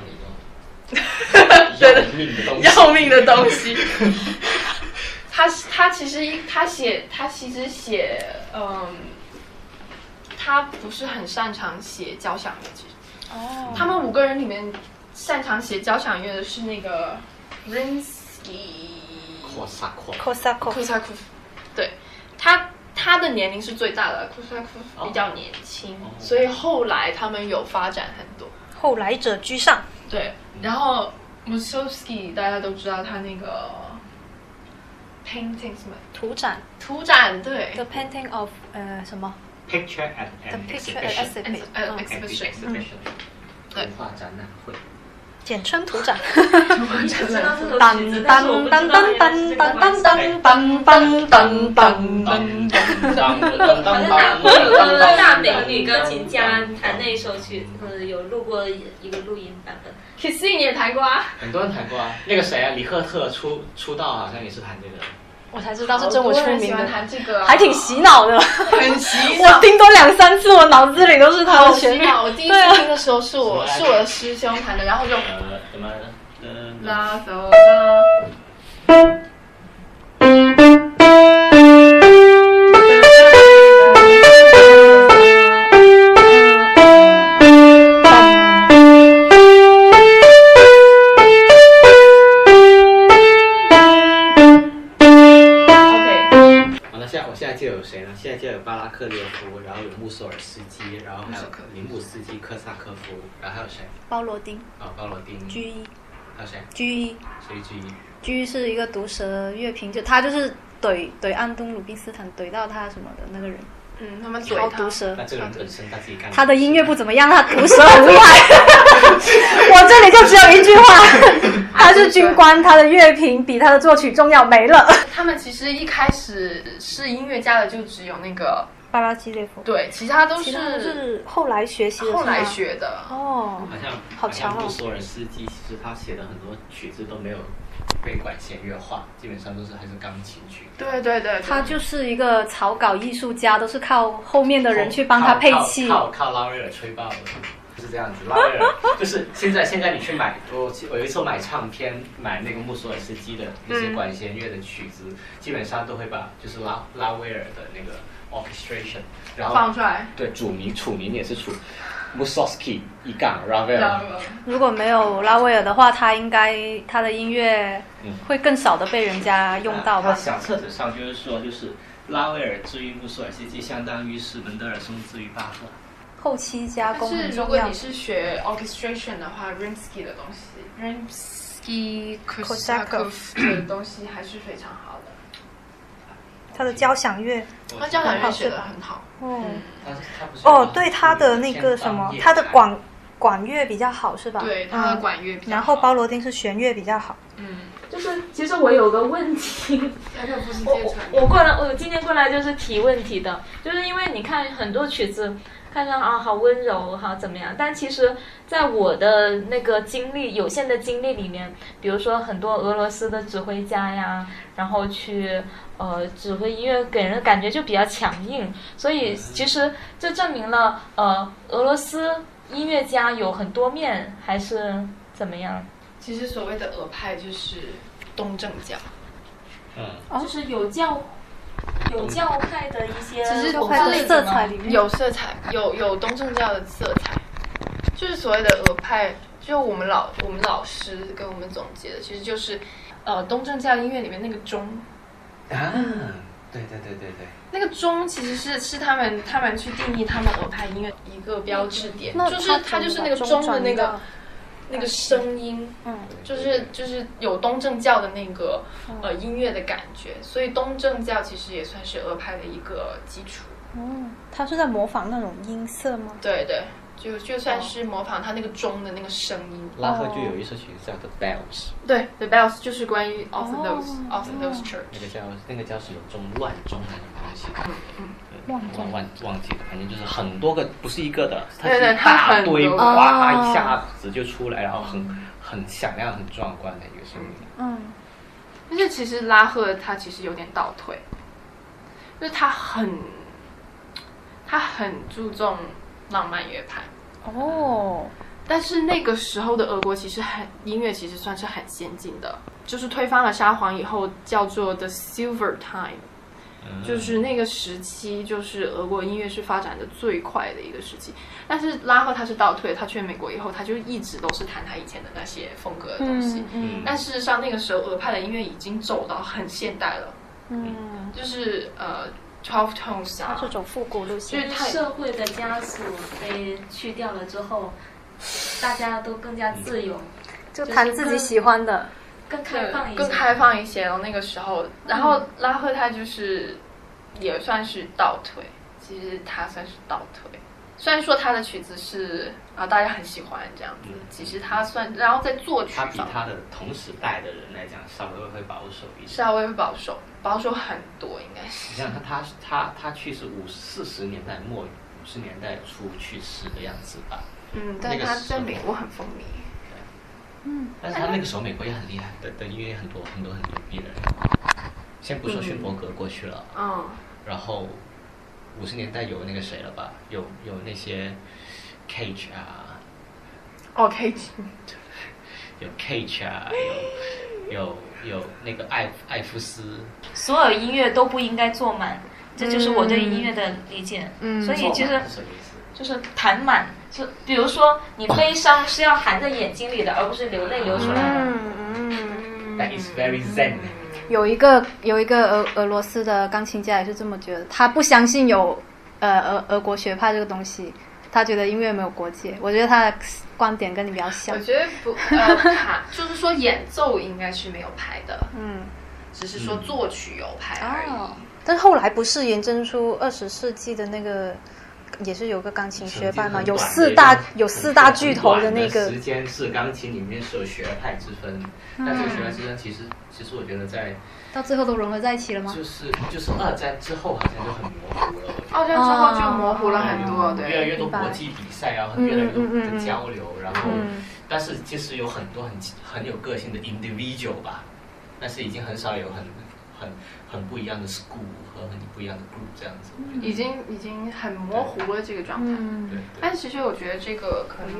S5: 理 论， 要命的东西。
S6: 要命的东西。他他其实一他写他其实写嗯，他不是很擅长写交响乐。其实哦，他们五个人里面擅长写交响乐的是那个 Rinsky
S5: 扩萨扩，
S1: 科萨科
S6: 库萨库夫，对他他的年龄是最大的，库萨库夫比较年轻，
S5: 哦
S6: 所以后来他们有发展很多。
S1: 后来者居上。
S6: 对，然后 Mussorgsky 大家都知道他那个 paintings 嘛，
S1: 图展
S6: 图展对
S1: The Painting of 呃什么
S5: picture and
S1: The
S5: and
S1: Picture at
S5: exhibition
S1: Exhibit，
S6: 呃
S1: 嗯
S6: exhibition，对
S5: 文化展览会，
S1: 简称图 展。
S4: 知道这首曲子
S1: 噔，
S4: 但是我
S1: 噔
S4: 不知
S1: 噔
S4: 道
S1: 噔
S4: 原来是这
S1: 噔
S4: 个
S1: 噔
S4: 版
S1: 噔
S4: 本。
S1: 噔噔噔噔噔。
S5: 当当当当
S4: 反
S5: 当
S4: 正大
S5: 当
S4: 部分
S5: 当
S4: 大美女钢琴家弹那一首曲，呃，有录过一个录音版本。
S6: ，Kissy 你也弹过啊？
S5: 很多人弹过啊，那个谁啊，李赫特出出道好像也是弹这个的。
S1: 我才知道是真我出
S6: 很喜
S1: 名
S6: 欢
S1: 的，
S6: 弹这个啊，
S1: 还挺洗脑的。
S6: 很洗
S1: 我。听多两三次，我脑子里都是他
S6: 好
S1: 的旋
S6: 洗
S1: 律。
S6: 脑！我第一
S1: 对啊
S6: 次听的时候是 我是我的师兄弹的，然后就
S5: 呃，怎么呃，
S6: 拉走啦。OK，
S5: 好，那现在我现在就有谁呢？现在就有巴拉克列夫，然后有穆索尔斯基，然后还有林姆斯基科萨科夫，然后还有谁？
S1: 包罗丁
S5: 啊，包罗丁，
S1: G 一
S5: 还有谁？
S1: G 一
S5: 谁之一？
S1: G 一是一个毒舌乐评，就他就是怼怼安东鲁宾斯坦怼到他什么的那个人，
S6: 嗯，他们嘴
S1: 超
S6: 他
S1: 毒舌
S5: 那。这个人本身他自己干的。
S1: 他的音乐不怎么 样，他毒舌很厉害。 我这里就只有一句话，他是军官，他的乐评比他的作曲重要，没了。
S6: 他们其实一开始是音乐家的，就只有那个
S1: 巴拉基列夫，
S6: 对，其他都
S1: 其他都
S6: 是
S1: 是后来学习的，
S6: 后来学的。
S1: 哦。
S5: 好像
S1: 好强哦
S5: 像穆索尔斯基，其实他写的很多曲子都没有被管弦乐化，基本上都是还是钢琴曲。
S6: 对对对，
S1: 他就是一个草稿艺术家，都是靠后面的人去帮他配器。
S5: 靠靠靠拉威尔吹爆的，就是这样子。拉 威尔就是现在现在你去买，我我有一次买唱片，买那个穆索尔斯基的那些管弦乐的曲子，基本上都会把就是拉拉威尔的那个 orchestration，然
S6: 放
S5: 后
S6: 出来。
S5: 对主名楚名也是楚 m u s o s k i 一杠 Ravel，
S1: 如果没有拉威尔的话，他应该他的音乐会更少的被人家用到
S5: 他
S1: 吧？
S5: 小册子上就是说，就是拉威尔治愈穆索尔斯基，相当于是门德尔松治愈巴赫。
S1: 后期加
S6: 但
S1: 工
S6: 是
S1: 很
S6: 如
S1: 重
S6: 果
S1: 要
S6: 你。是学 orchestration 的话，Rinsky 的东西，Rinsky
S1: Korsakov
S6: Korsakov 的东西还是非常好的。
S1: 他的交响乐，
S6: 他哦嗯交响乐写的很好，
S1: 哦
S5: 他他不是
S1: 哦，对他的那个什么，他的
S5: 广
S1: 管管乐比较好是吧？
S6: 对他的
S1: 嗯
S6: 管乐比较好。
S1: 然后包罗丁是弦乐比较好。
S6: 嗯，
S4: 就是，其实我有个问题，
S6: 他就不是
S4: 我
S6: 接
S4: 我
S6: 传
S4: 我过来，我今天过来就是提问题的，就是因为你看很多曲子，看上啊好温柔，好怎么样？但其实，在我的那个经历有限的经历里面，比如说很多俄罗斯的指挥家呀，然后去呃指挥音乐，给人的感觉就比较强硬，所以其实这证明了呃俄罗斯音乐家有很多面，还是怎么样？
S6: 其实所谓的俄派就是东正教，
S5: 嗯，
S6: 哦
S4: 就是有教有教派的一些，
S6: 只是
S1: 教派的色彩里面
S6: 有色彩，有有东正教的色彩，就是所谓的俄派，就我们老我们老师跟我们总结的，其实就是呃东正教音乐里面那个钟，
S5: 啊，对对对对对，
S6: 那个钟其实是是他们他们去定义他们俄派音乐一个标志点，就是它就是那个钟的那个那个声音，嗯，就是就是有东正教的那个呃音乐的感觉，所以东正教其实也算是俄派的一个基础。
S1: 嗯，他是在模仿那种音色吗？
S6: 对对，就就算是模仿他那个钟的那个声音。
S5: 拉赫就有一首曲子叫《The Bells》，
S6: 对，The Bells 就是关于 Orthodox、Orthodox 哦 Church。
S5: 那个叫那个叫什么钟乱钟还是什么东西？对忘忘忘记了，反正就是很多个，不是一个的，它
S6: 对
S5: 是
S6: 对
S5: 一
S6: 它
S5: 大
S6: 很多
S5: 堆，
S6: 个
S5: 哇，一下子就出来，然后很很响亮、很壮观的一个声音。
S6: 但是其实拉赫他其实有点倒退，就是他很他很注重浪漫乐派，
S1: 哦，
S6: 但是那个时候的俄国其实很音乐其实算是很先进的，就是推翻了沙皇以后叫做 The Silver Time。
S5: 嗯
S6: 就是那个时期，就是俄国音乐是发展的最快的一个时期。但是拉赫他是倒退，他去美国以后，他就一直都是弹他以前的那些风格的东西。
S5: 嗯
S6: 但事实上，那个时候俄派的音乐已经走到很现代了，
S1: 嗯，
S6: 就是呃 twelve tones 啊，
S1: 这种复古路
S6: 就
S1: 线，
S6: 是太
S4: 社会的枷锁被去掉了之后，大家都更加自由，
S1: 就弹自己喜欢的。
S4: 更开放一些，
S6: 更开放一些嗯了。那个时候，然后拉赫他就是也算是倒退，其实他算是倒退。虽然说他的曲子是啊大家很喜欢这样子
S5: 嗯，
S6: 其实他算，然后在作曲
S5: 他比
S6: 方面
S5: 他的同时代的人来讲，稍微会保守一些。
S6: 稍微啊保守，保守很多应该是。
S5: 你像他，他他他去是五四十年代末五十年代初去世的样子吧。
S6: 嗯，
S5: 那
S6: 但
S5: 个
S6: 他
S5: 时
S6: 在
S5: 候
S6: 美国很风靡。
S5: 但是他那个时候美国也很厉害的，的音乐很多很多很牛逼的人。先不说勋伯格过去了，
S6: 嗯，
S5: 然后五十年代有那个谁了吧？有有那些 Cage 啊，
S6: 哦，K
S5: 有 Cage 啊，有有有那个艾艾夫斯，
S4: 所有音乐都不应该坐满，这就是我对音乐的理解。嗯，所以其
S5: 做
S4: 实
S5: 法是什么意思？
S4: 就是弹满，就比如说你悲伤是要含在眼睛里的，而不是流泪流出来
S6: 嗯
S4: 的。嗯
S5: That is very Zen。
S1: 有一个有一个俄俄罗斯的钢琴家也是这么觉得，他不相信有呃俄俄国学派这个东西，他觉得音乐没有国界。我觉得他的观点跟你比较像
S6: 我。觉得不，呃，卡就是说演奏应该是没有拍的，
S1: 嗯，
S6: 只是说作曲有拍而已。
S1: 哦，但是后来不是延伸出二十世纪的那个，也是有个钢琴学派嘛，
S5: 很
S1: 有
S5: 短的
S1: 四
S5: 一
S1: 大
S5: 段
S1: 有四大巨头
S5: 很短的
S1: 那个
S5: 时，间是钢琴里面是有学派之分，但这个
S1: 嗯
S5: 学派之分其实其实我觉得在
S1: 到最后都融合在一起了吗？
S5: 就是就是二战之后好像就很模糊了，我觉
S1: 哦
S5: 得。
S6: 二战之后就模糊了很多，
S5: 嗯越来
S6: 对。
S5: 越多国际比赛啊，越来越
S1: 嗯
S5: 多的交流，然后，但是其实有很多很很有个性的 individual 吧，但是已经很少有很很很不一样的 school 和很不一样的 group 这样子，我觉得
S6: 已经已经很模糊了这个状态，
S1: 嗯，
S5: 对
S6: 但其实我觉得这个可能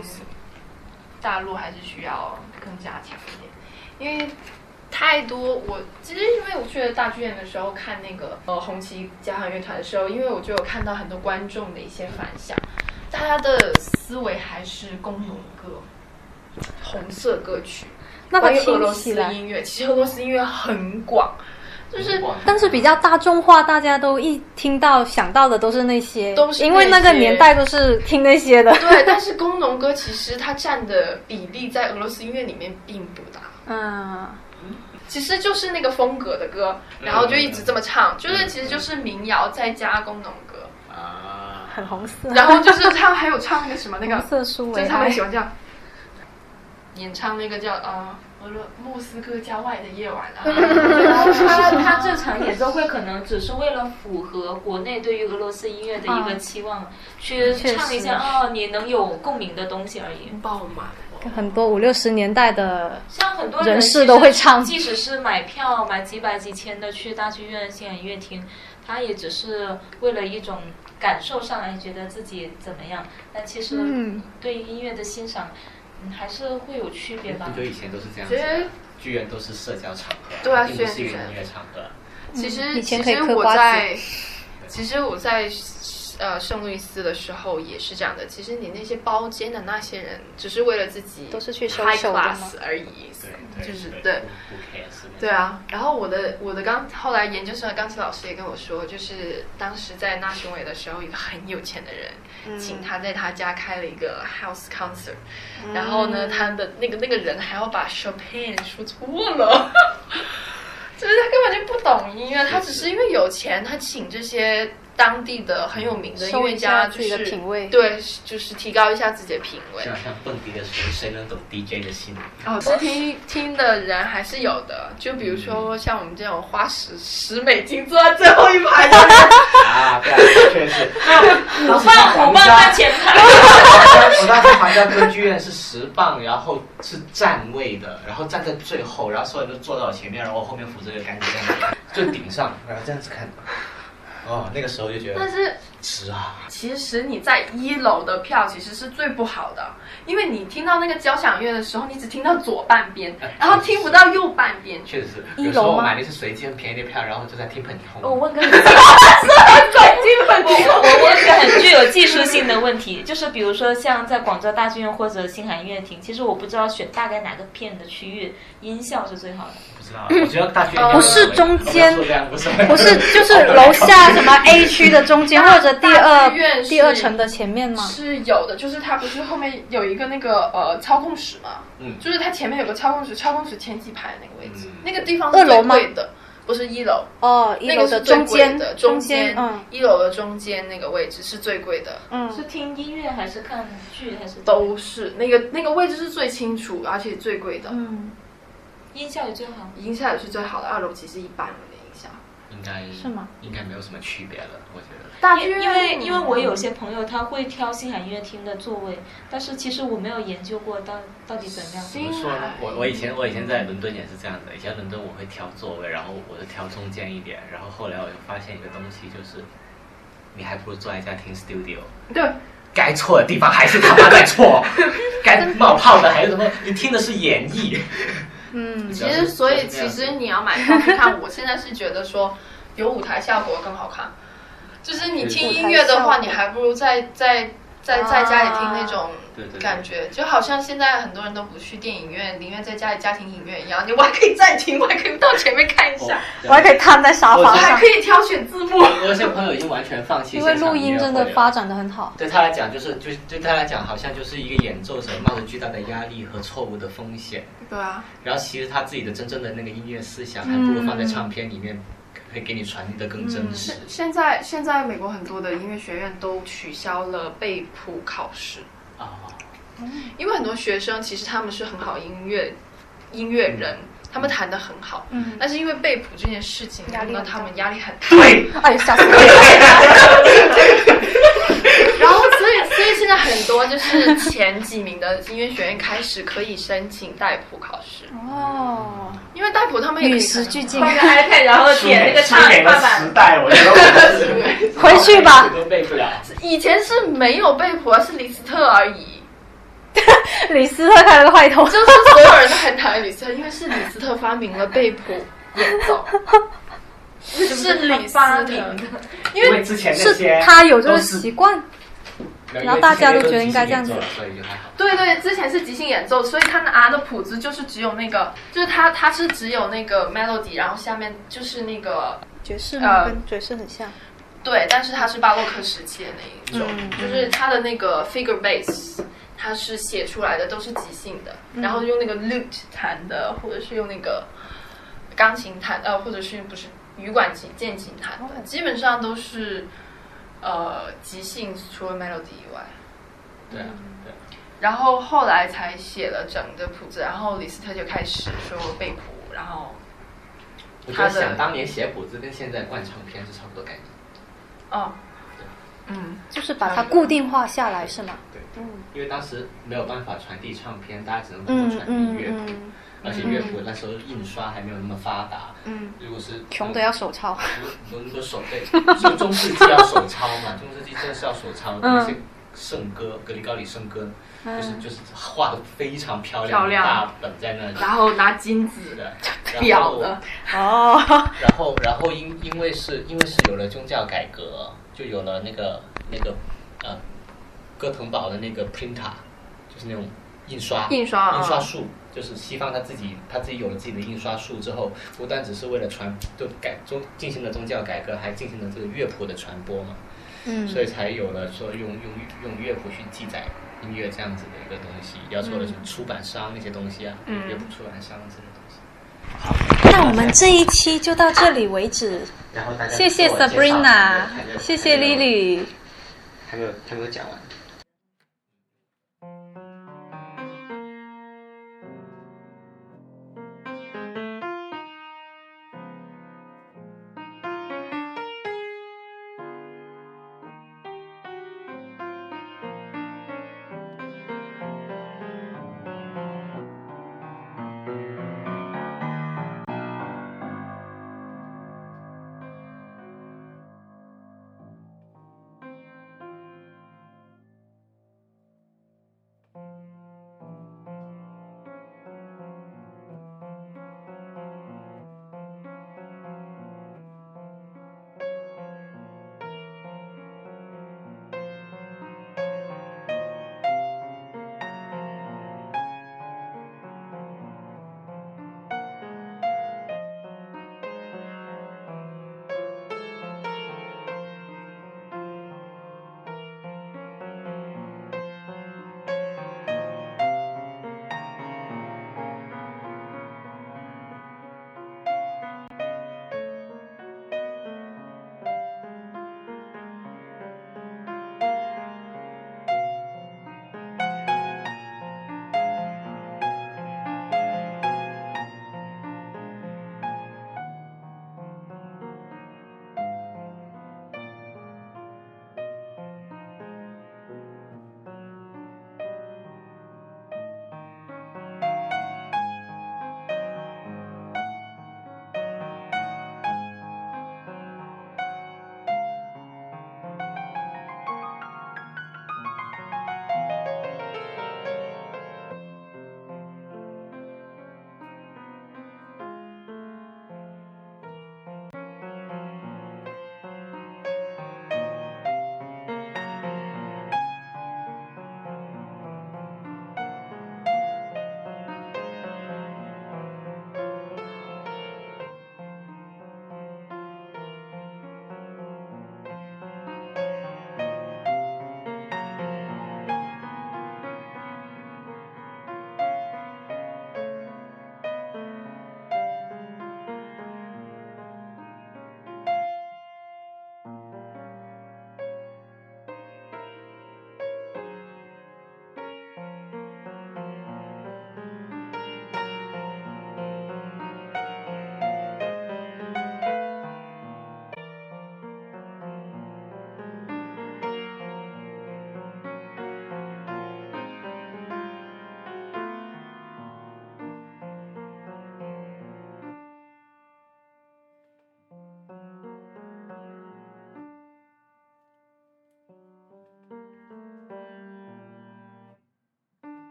S6: 大陆还是需要更加强一点，因为太多。我其实因为我去了大剧院的时候看那个呃红旗交响乐团的时候，因为我就有看到很多观众的一些反响，大家的思维还是工农歌、红色歌曲，
S1: 那个
S6: 关于俄
S1: 听
S6: 罗
S1: 起
S6: 斯
S1: 来，
S6: 音乐，其实俄罗斯音乐很广，就是
S5: 很广
S1: 但是比较大众化，大家都一听到想到的都是那些，
S6: 都是
S1: 因为
S6: 那
S1: 那
S6: 些
S1: 个年代都是听那些的。
S6: 对，但是工农歌其实它占的比例在俄罗斯音乐里面并不大，
S1: 嗯，
S6: 其实就是那个风格的歌，然后就一直这么唱，就是其实就是民谣再加工农歌，
S5: 啊，
S1: 很红色，
S6: 然后 就是他们还有唱那个什么那 个
S1: 红，色苏
S6: 就
S1: 维
S6: 是他们
S1: 埃
S6: 喜。欢这样 演唱那个叫啊。俄罗莫斯科郊外的夜 晚啊，
S4: 他他这场演奏会可能只是为了符合国内对于俄罗斯音乐的一个期望，去唱一下哦，你能有共鸣的东西而已。
S6: 爆满，
S1: 很多五六十年代的，
S4: 像很多
S1: 人
S4: 人
S1: 士都会唱
S4: 其实即使是买票买几百几千的去大剧院、现场音乐厅，他也只是为了一种感受上来，觉得自己怎么样。但其实
S1: 嗯，
S4: 对音乐的欣赏，嗯，还是会有区别吧
S5: 很。久以前都是这样
S6: 觉得
S5: 子，剧院都是社交场合，
S6: 对啊
S5: 并不是
S6: 学
S5: 一
S6: 院是
S5: 个
S6: 这样
S5: 音乐场合，
S6: 其实
S1: 以前
S6: 其
S1: 可以
S6: 实
S1: 嗑
S6: 我
S1: 瓜子
S6: 在，其实我在呃圣路易斯的时候也是这样的。其实你那些包间的那些人，只是为了自己
S1: 都是去收
S6: high
S1: 手的吗
S6: class 而已，
S5: 对，
S6: 就是
S5: 对
S6: 对。
S5: 不 cares 那
S6: 对啊，然后我的我的钢后来研究生的钢琴老师也跟我说，就是当时在纳什维尔的时候，一个很有钱的人、
S1: 嗯
S6: 请他在他家开了一个 house concert，、然
S1: 嗯
S6: 后呢，他的那个那个人还要把 Chopin 说错了， 就是他根本就不懂音乐，他只是因为有钱，他请这些当地的很有名的音
S1: 收
S6: 乐
S1: 一下
S6: 家，
S1: 自
S6: 就
S1: 己的
S6: 是
S1: 品味
S6: 对，就是提高一下自己的品味
S5: 就。好像蹦迪的时候，谁能懂 DJ 的心？
S6: 哦，是听听的人还是有的，就比如说像我们这种花十十美金坐在最后一排的人，
S5: 啊，对啊，确实。我爸
S4: 我爸在前排，
S5: 我当时皇家歌剧院是十磅，然后是站位的，然后站在最后，然后所有人都坐到我前面，然后我后面扶着一个杆子这样子，就顶上，然后这样子看。哦，那个时候就觉
S6: 但
S5: 得
S6: 是
S5: 值啊！
S6: 其实你在一楼的票其实是最不好的，因为你听到那个交响乐的时候，你只听到左半边，然后听不到右半边。
S5: 呃确实
S1: 一
S5: 是，有时候
S1: 楼
S5: 我
S1: 吗
S5: 买的是随机很便宜的票，然后就在听捧红。
S4: 哦我问个很我我问个很具有技术性的问题，就是比如说像在广州大剧院或者星海音乐厅，其实我不知道选大概哪个片的区域音效是最好的。
S5: 不知道，我觉得大学
S1: 哦不是中间
S5: 不是
S1: 不是，就是楼下什么 A 区的中 间，或者第
S6: 大
S1: 二
S6: 剧院是
S1: 第二层的前面吗？
S6: 是有的，就是它不是后面有一个那个呃操控室嘛，
S5: 嗯
S6: 就是它前面有个操控室，操控室前几排那个位置，
S5: 嗯
S6: 那个地方
S1: 二
S6: 是
S1: 楼
S6: 最
S1: 吗
S6: 贵的，不是一楼，
S1: 哦，一
S6: 那
S1: 楼
S6: 个
S1: 的
S6: 是最
S1: 中
S6: 贵
S1: 间
S6: 的，，
S1: 中
S6: 中间，
S1: 嗯
S6: 一楼的中间那个位置是最贵的，
S1: 嗯
S4: 是，听音乐还是看剧还是
S6: 都是那个那个位置是最清楚，而且最贵的，
S1: 嗯，
S4: 音效也最好？
S6: 音效也是最好的，二楼其实一般我的音效。
S5: 应该
S1: 是吗？
S5: 应该没有什么区别了，我觉得。
S6: 大
S4: 因因为因为我有些朋友他会挑星海音乐厅的座位，但是其实我没有研究过到到底怎么样。
S5: 怎么说呢？我我以前我以前在伦敦也是这样的，以前伦敦我会挑座位，然后我就挑中间一点，然后后来我就发现一个东西，就是你还不如坐在家听 studio。
S1: 嗯
S6: 对，
S5: 该错的地方还是他妈在 错，该冒泡的还是什么？你听的是演绎。嗯，
S6: 其实所以其实你要买票去看，我现在是觉得说有舞台效果更好看，就是你听音乐的
S1: 舞台效
S6: 话，
S1: 果啊
S6: 你还不如在在在在家里听那种
S5: 对对对哦
S6: 感觉，就好像现在很多人都不去电影院，宁愿在家里家庭影院一样，你我还可以暂停，我还可以到前面看一
S5: 哦
S6: 下，
S1: 我还可以瘫在沙
S5: 我
S1: 发
S6: 我哦还
S1: 上
S6: 可，以挑选字幕。
S5: 我有些朋友已经完全放弃，
S1: 因为录音真的发。展的很好。
S5: 对他来讲，就是就是对他来讲，好像就是一个演奏者冒着巨大的压力和错误的风险，
S6: 对啊，
S5: 然后其实他自己的真正的那个音乐思想，还不如放在唱片里面，可以给你传递的更
S1: 嗯
S5: 真实。
S6: 现在现在美国很多的音乐学院都取消了被谱考试，
S5: 啊、
S6: 因为很多学生其实他们是很好音乐音乐人，他们弹得很好，嗯，但是因为被捕这件事情，
S1: 压力很大
S6: 让他们压力很大，
S1: 哎呦，吓死我了！
S6: 然后所以所以现在很多就是前几名的音乐学院开始可以申请代谱考试，
S1: 哦，
S6: 因为代谱他们也可以
S1: 与时
S6: 弹得很
S1: 俱
S6: 好
S1: 进，
S4: 放个 iPad，然后点那个唱爸爸。
S5: 代，我觉得 我是
S1: 回去吧
S5: 都背不了。
S6: 以前是没有被谱，啊是李斯特而已。
S1: 李斯特开了个坏头。
S6: 就是所有人都很讨厌李斯特，因为是李斯特发明了被谱演奏， 是李斯特，
S5: 因为之前那
S1: 是
S5: 些
S1: 他有这个习惯，
S5: 都是，
S1: 然后大家都觉得应该这样子
S5: 因为之前都是演奏了所以就还好。
S6: 对对，之前是即兴演奏，所以他拿的谱子就是只有那个，就是他他是只有那个 melody，然后下面就是那个
S1: 爵士
S6: 吗
S5: 呃
S1: 跟
S6: 跟
S1: 爵士很像，
S6: 对，但是他是巴洛克时期的
S1: 嗯
S6: 那一种，就是他的那个 figure bass，他是写出来的都是即兴的，然后用那个 lute 弹的，或者是用那个钢琴弹，呃，或者是不是羽管琴、键琴弹的，基本上都是呃即兴，除了 melody 以外。
S5: 对
S1: 嗯
S5: 啊，对。
S6: 然后后来才写了整个谱子，然后李斯特就开始说背谱，然后
S5: 我觉得想当年写谱子跟现在灌唱片是差不多概念。
S6: 哦，嗯，
S1: 就是把它固定化下来，是吗？
S5: 对，因为当时没有办法传递唱片，大家只能通过传
S1: 嗯
S5: 递乐谱，
S1: 嗯，
S5: 而且乐谱那时候印刷还没有那么发达。嗯，如果是呃
S1: 穷的要手抄。
S5: 如如果手对，就中世纪要手抄嘛，中世纪真的是要手抄的那些圣歌，格里高里圣歌，就是就是画的非常漂亮，
S6: 漂亮
S5: 大本在那里。
S6: 然后拿金子
S5: 的，然
S6: 裱
S5: 后
S6: 的，
S1: 哦，
S5: 然后然后因因为是因为是有了宗教改革，就有了那个那个呃哥腾堡的那个 printer，就是那种印刷
S7: 印刷啊
S5: 印刷术，就是西方他自己他自己有了自己的印刷术之后，不但只是为了传就改宗进行了宗教改革，还进行了这个乐谱的传播嘛，
S1: 嗯
S5: 所以才有了说用用用乐谱去记载音乐这样子的一个东西，要做
S7: 嗯
S5: 的是出版商那些东西啊，乐谱出版商之类的东西。
S1: 那我们这一期就到这里为 止，
S5: 然后大家
S1: 谢谢
S5: 自我介绍哎还没有
S1: Sabrina，
S5: 还没有
S1: 谢谢
S5: 还没有
S1: Lily。
S5: 还没有还没有讲完。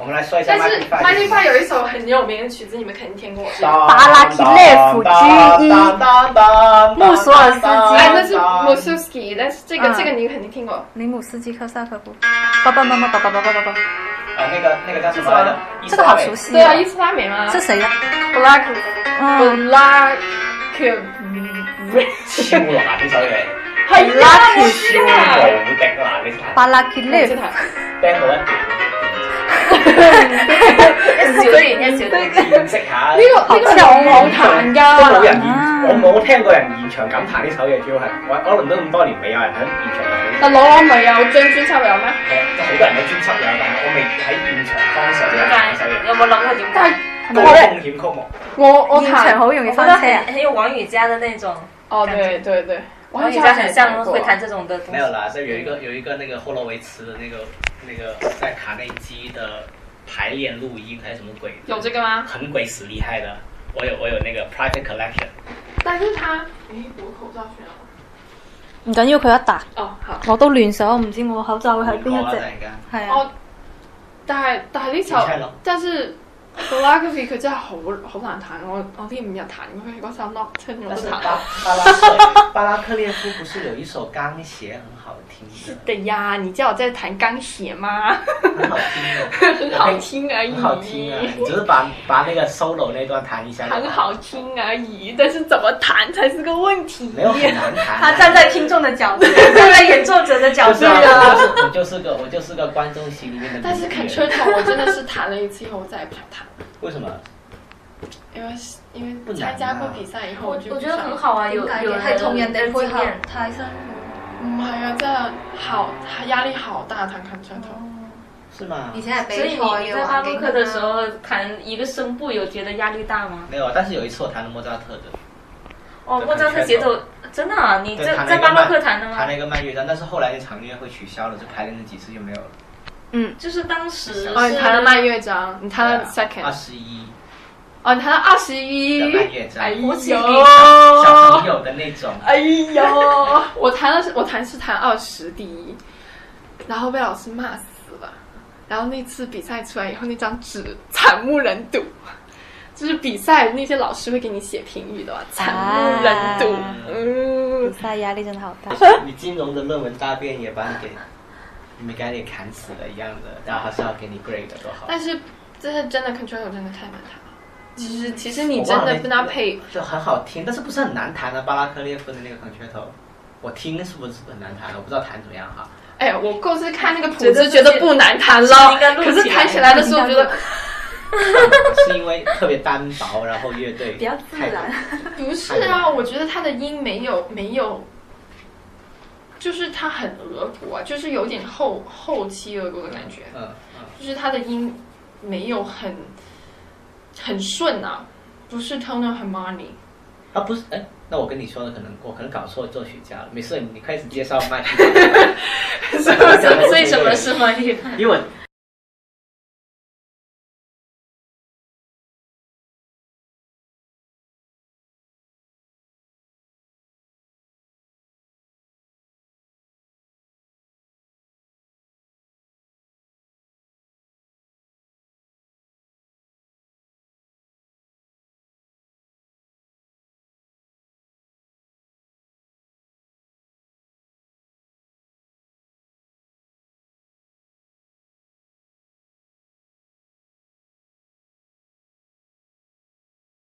S5: 我们来说一下
S6: 但
S5: m a
S6: 是
S5: t i
S6: m a t i f y 有一首很有名的曲子，你们肯定听过。
S5: 巴
S1: 拉基列夫之一穆索尔斯基
S6: 哎，那是 m u s u s k i 但是这个、
S1: 嗯
S6: 这个你肯定听过。
S1: 尼姆斯基科萨科夫，爸爸妈妈，爸爸爸爸爸爸，
S5: 啊，那个那个叫什么来着？
S1: 这个好熟 悉、
S6: 对啊，伊斯拉美吗？
S1: 是谁呀、
S6: Black
S1: 嗯，
S6: Black，
S5: 超
S6: 啊
S5: 難呢首嘢，
S6: 係啊，我知
S5: 超
S6: 啊。
S5: 無敵難呢首，
S1: 巴拉基列夫，
S5: 聽到一
S6: 哎
S4: 小年一小年，
S5: 段，見識下。呢
S6: 呢個有冇彈
S5: 都冇
S6: 㗎？
S5: 人現，
S1: 啊
S5: 我冇聽過人現場咁彈呢首嘢，主要係我我倫敦咁多年未有人喺現場彈呢首
S6: 但朗朗咪有張專輯有咩？
S5: 歌，好多人嘅專輯有，但係我未喺現場幫手彈呢首嘢，
S4: 有冇諗過點
S6: 但
S4: 解？
S6: 係
S5: 冇風險曲目。
S6: 我我
S1: 現場
S6: 彈
S1: 好容易
S4: 我覺
S1: 翻
S4: 得
S1: 車啊
S4: 很！很有王羽佳的那種，
S6: 哦，對對對，我
S4: 王
S6: 好
S4: 羽佳
S6: 像
S4: 很
S6: 很
S4: 像会彈這種的
S5: 沒有
S4: 東西。
S5: 啦，是有一個有一個那個霍洛維茨的那個那個在卡內基的排練錄音還是什麼鬼，
S6: 有這個嗎？
S5: 很鬼死厲害的。我有我有那個 private collection，
S6: 但是他，誒，我口罩選了。
S1: 唔緊要，佢一打
S6: 哦，好。
S1: 我都亂想，我唔知我口罩會係邊一
S5: 我突
S1: 隻。
S5: 然間
S1: 係啊，
S6: 哦，但係但係呢
S5: 唔聽
S6: 首
S5: 咯，
S6: 但是 b l a c k y 佢真係好好難彈，我我呢五日彈佢嗰首 Nocturne 我
S5: 但
S6: 都
S5: 是
S6: 彈
S5: 巴
S6: 到。
S5: 巴拉克巴拉克列夫不是有一首鋼協很好聽
S6: 是
S5: 的，
S6: 的呀，你叫我在彈鋼協嗎？
S5: 很好聽哦，
S6: 很好聽而已，
S5: 很好聽啊！你只是把把那個 solo 那段彈一下，
S6: 很好，聽而已，但是怎麼彈才是個問題。
S5: 沒有很難彈。
S1: 他站在聽眾的角度，站在演奏者的角度
S5: 就是啊，我就是我就是個我就是個觀眾席裡面的。
S6: 但是 concerto 我真的是彈了一次以後，我再也不想彈，
S5: 為什麼？
S6: 因為因
S5: 不
S6: 為
S5: 難啊
S6: 參加過比賽以後，
S4: 我
S6: 就
S4: 我
S6: 不
S4: 覺
S6: 想
S4: 得很好啊，有有人
S8: 係同人哋配
S4: 經
S8: 合
S4: 驗
S8: 太辛
S6: 唔係啊，真係好壓力好大彈 concerto。
S5: 是嗎？
S8: 苦，而且係比
S4: 所以
S8: 賽
S4: 你你
S8: 嘅
S4: 在巴
S8: 環
S4: 洛
S8: 境
S4: 克的時候彈一個聲部，有覺得壓力大嗎？
S5: 沒有，但是有一次我彈了莫扎特的，
S4: 哦，
S5: 就
S4: 莫扎特
S5: 很
S4: 節
S5: 缺
S4: 奏真的啊，你
S5: 对
S4: 在
S5: 弹了
S4: 在
S5: 一个
S4: 巴洛
S5: 慢
S4: 克彈的
S5: 弹
S4: 嗎？
S5: 了一个慢乐章，但是后来那场音乐会取消了，就排练了几次就没有了。
S4: 就是當時
S6: 哦，你
S4: 是
S6: 彈了慢樂章，你彈了
S5: 啊二
S6: second，
S5: 十一
S6: 哦，你彈了二十
S5: 的
S6: 一，
S5: 慢乐章
S6: 哎，
S4: 我起立
S5: 小
S6: 呦
S5: 朋，友的那种，
S6: 哎呦， 我弹了是，我弹是弹二十第一，然后被老师骂死了。然后那次比赛出来以后，那张纸惨不忍睹，就是比赛那些老师会给你写评语的
S4: 啊
S6: 吧，惨不忍睹。
S1: 啊
S6: 嗯
S1: 比，赛压力真的好大。
S5: 你金融的论文大便也把你给你们赶紧砍死了一样的，然后还是要给你 grade 的多好。
S6: 但是这是真的 control 真的太难弹了。其
S4: 嗯
S6: 实其实你
S5: 我
S6: 真
S5: 忘了
S6: 的
S5: 那
S6: 跟他配，
S5: 就很好听，但是不是很难弹的、啊巴拉克列夫的那个 concerto，我听是不是很难弹的？我不知道弹怎么样 哈。
S6: 哎，我光是看那个谱
S4: 觉得
S6: 子觉得
S4: 自己
S6: 不难弹
S4: 是
S6: 了
S4: 应该，录
S6: 可是
S4: 起来
S6: 弹起来的时候觉得
S5: 是因为特别单薄，然后乐队比较自然。
S6: 不是啊，我觉得他的音没有没有，就是他很俄国啊，就是有点后后期俄国的感觉，
S5: 嗯嗯，
S6: 就是他的音没有很很顺啊，不是 tonal harmony。
S5: 啊不是，哎，那我跟你说的可能我可能搞错作曲家 了。没事，你开始介绍麦。
S6: 所以什么是
S5: 因为我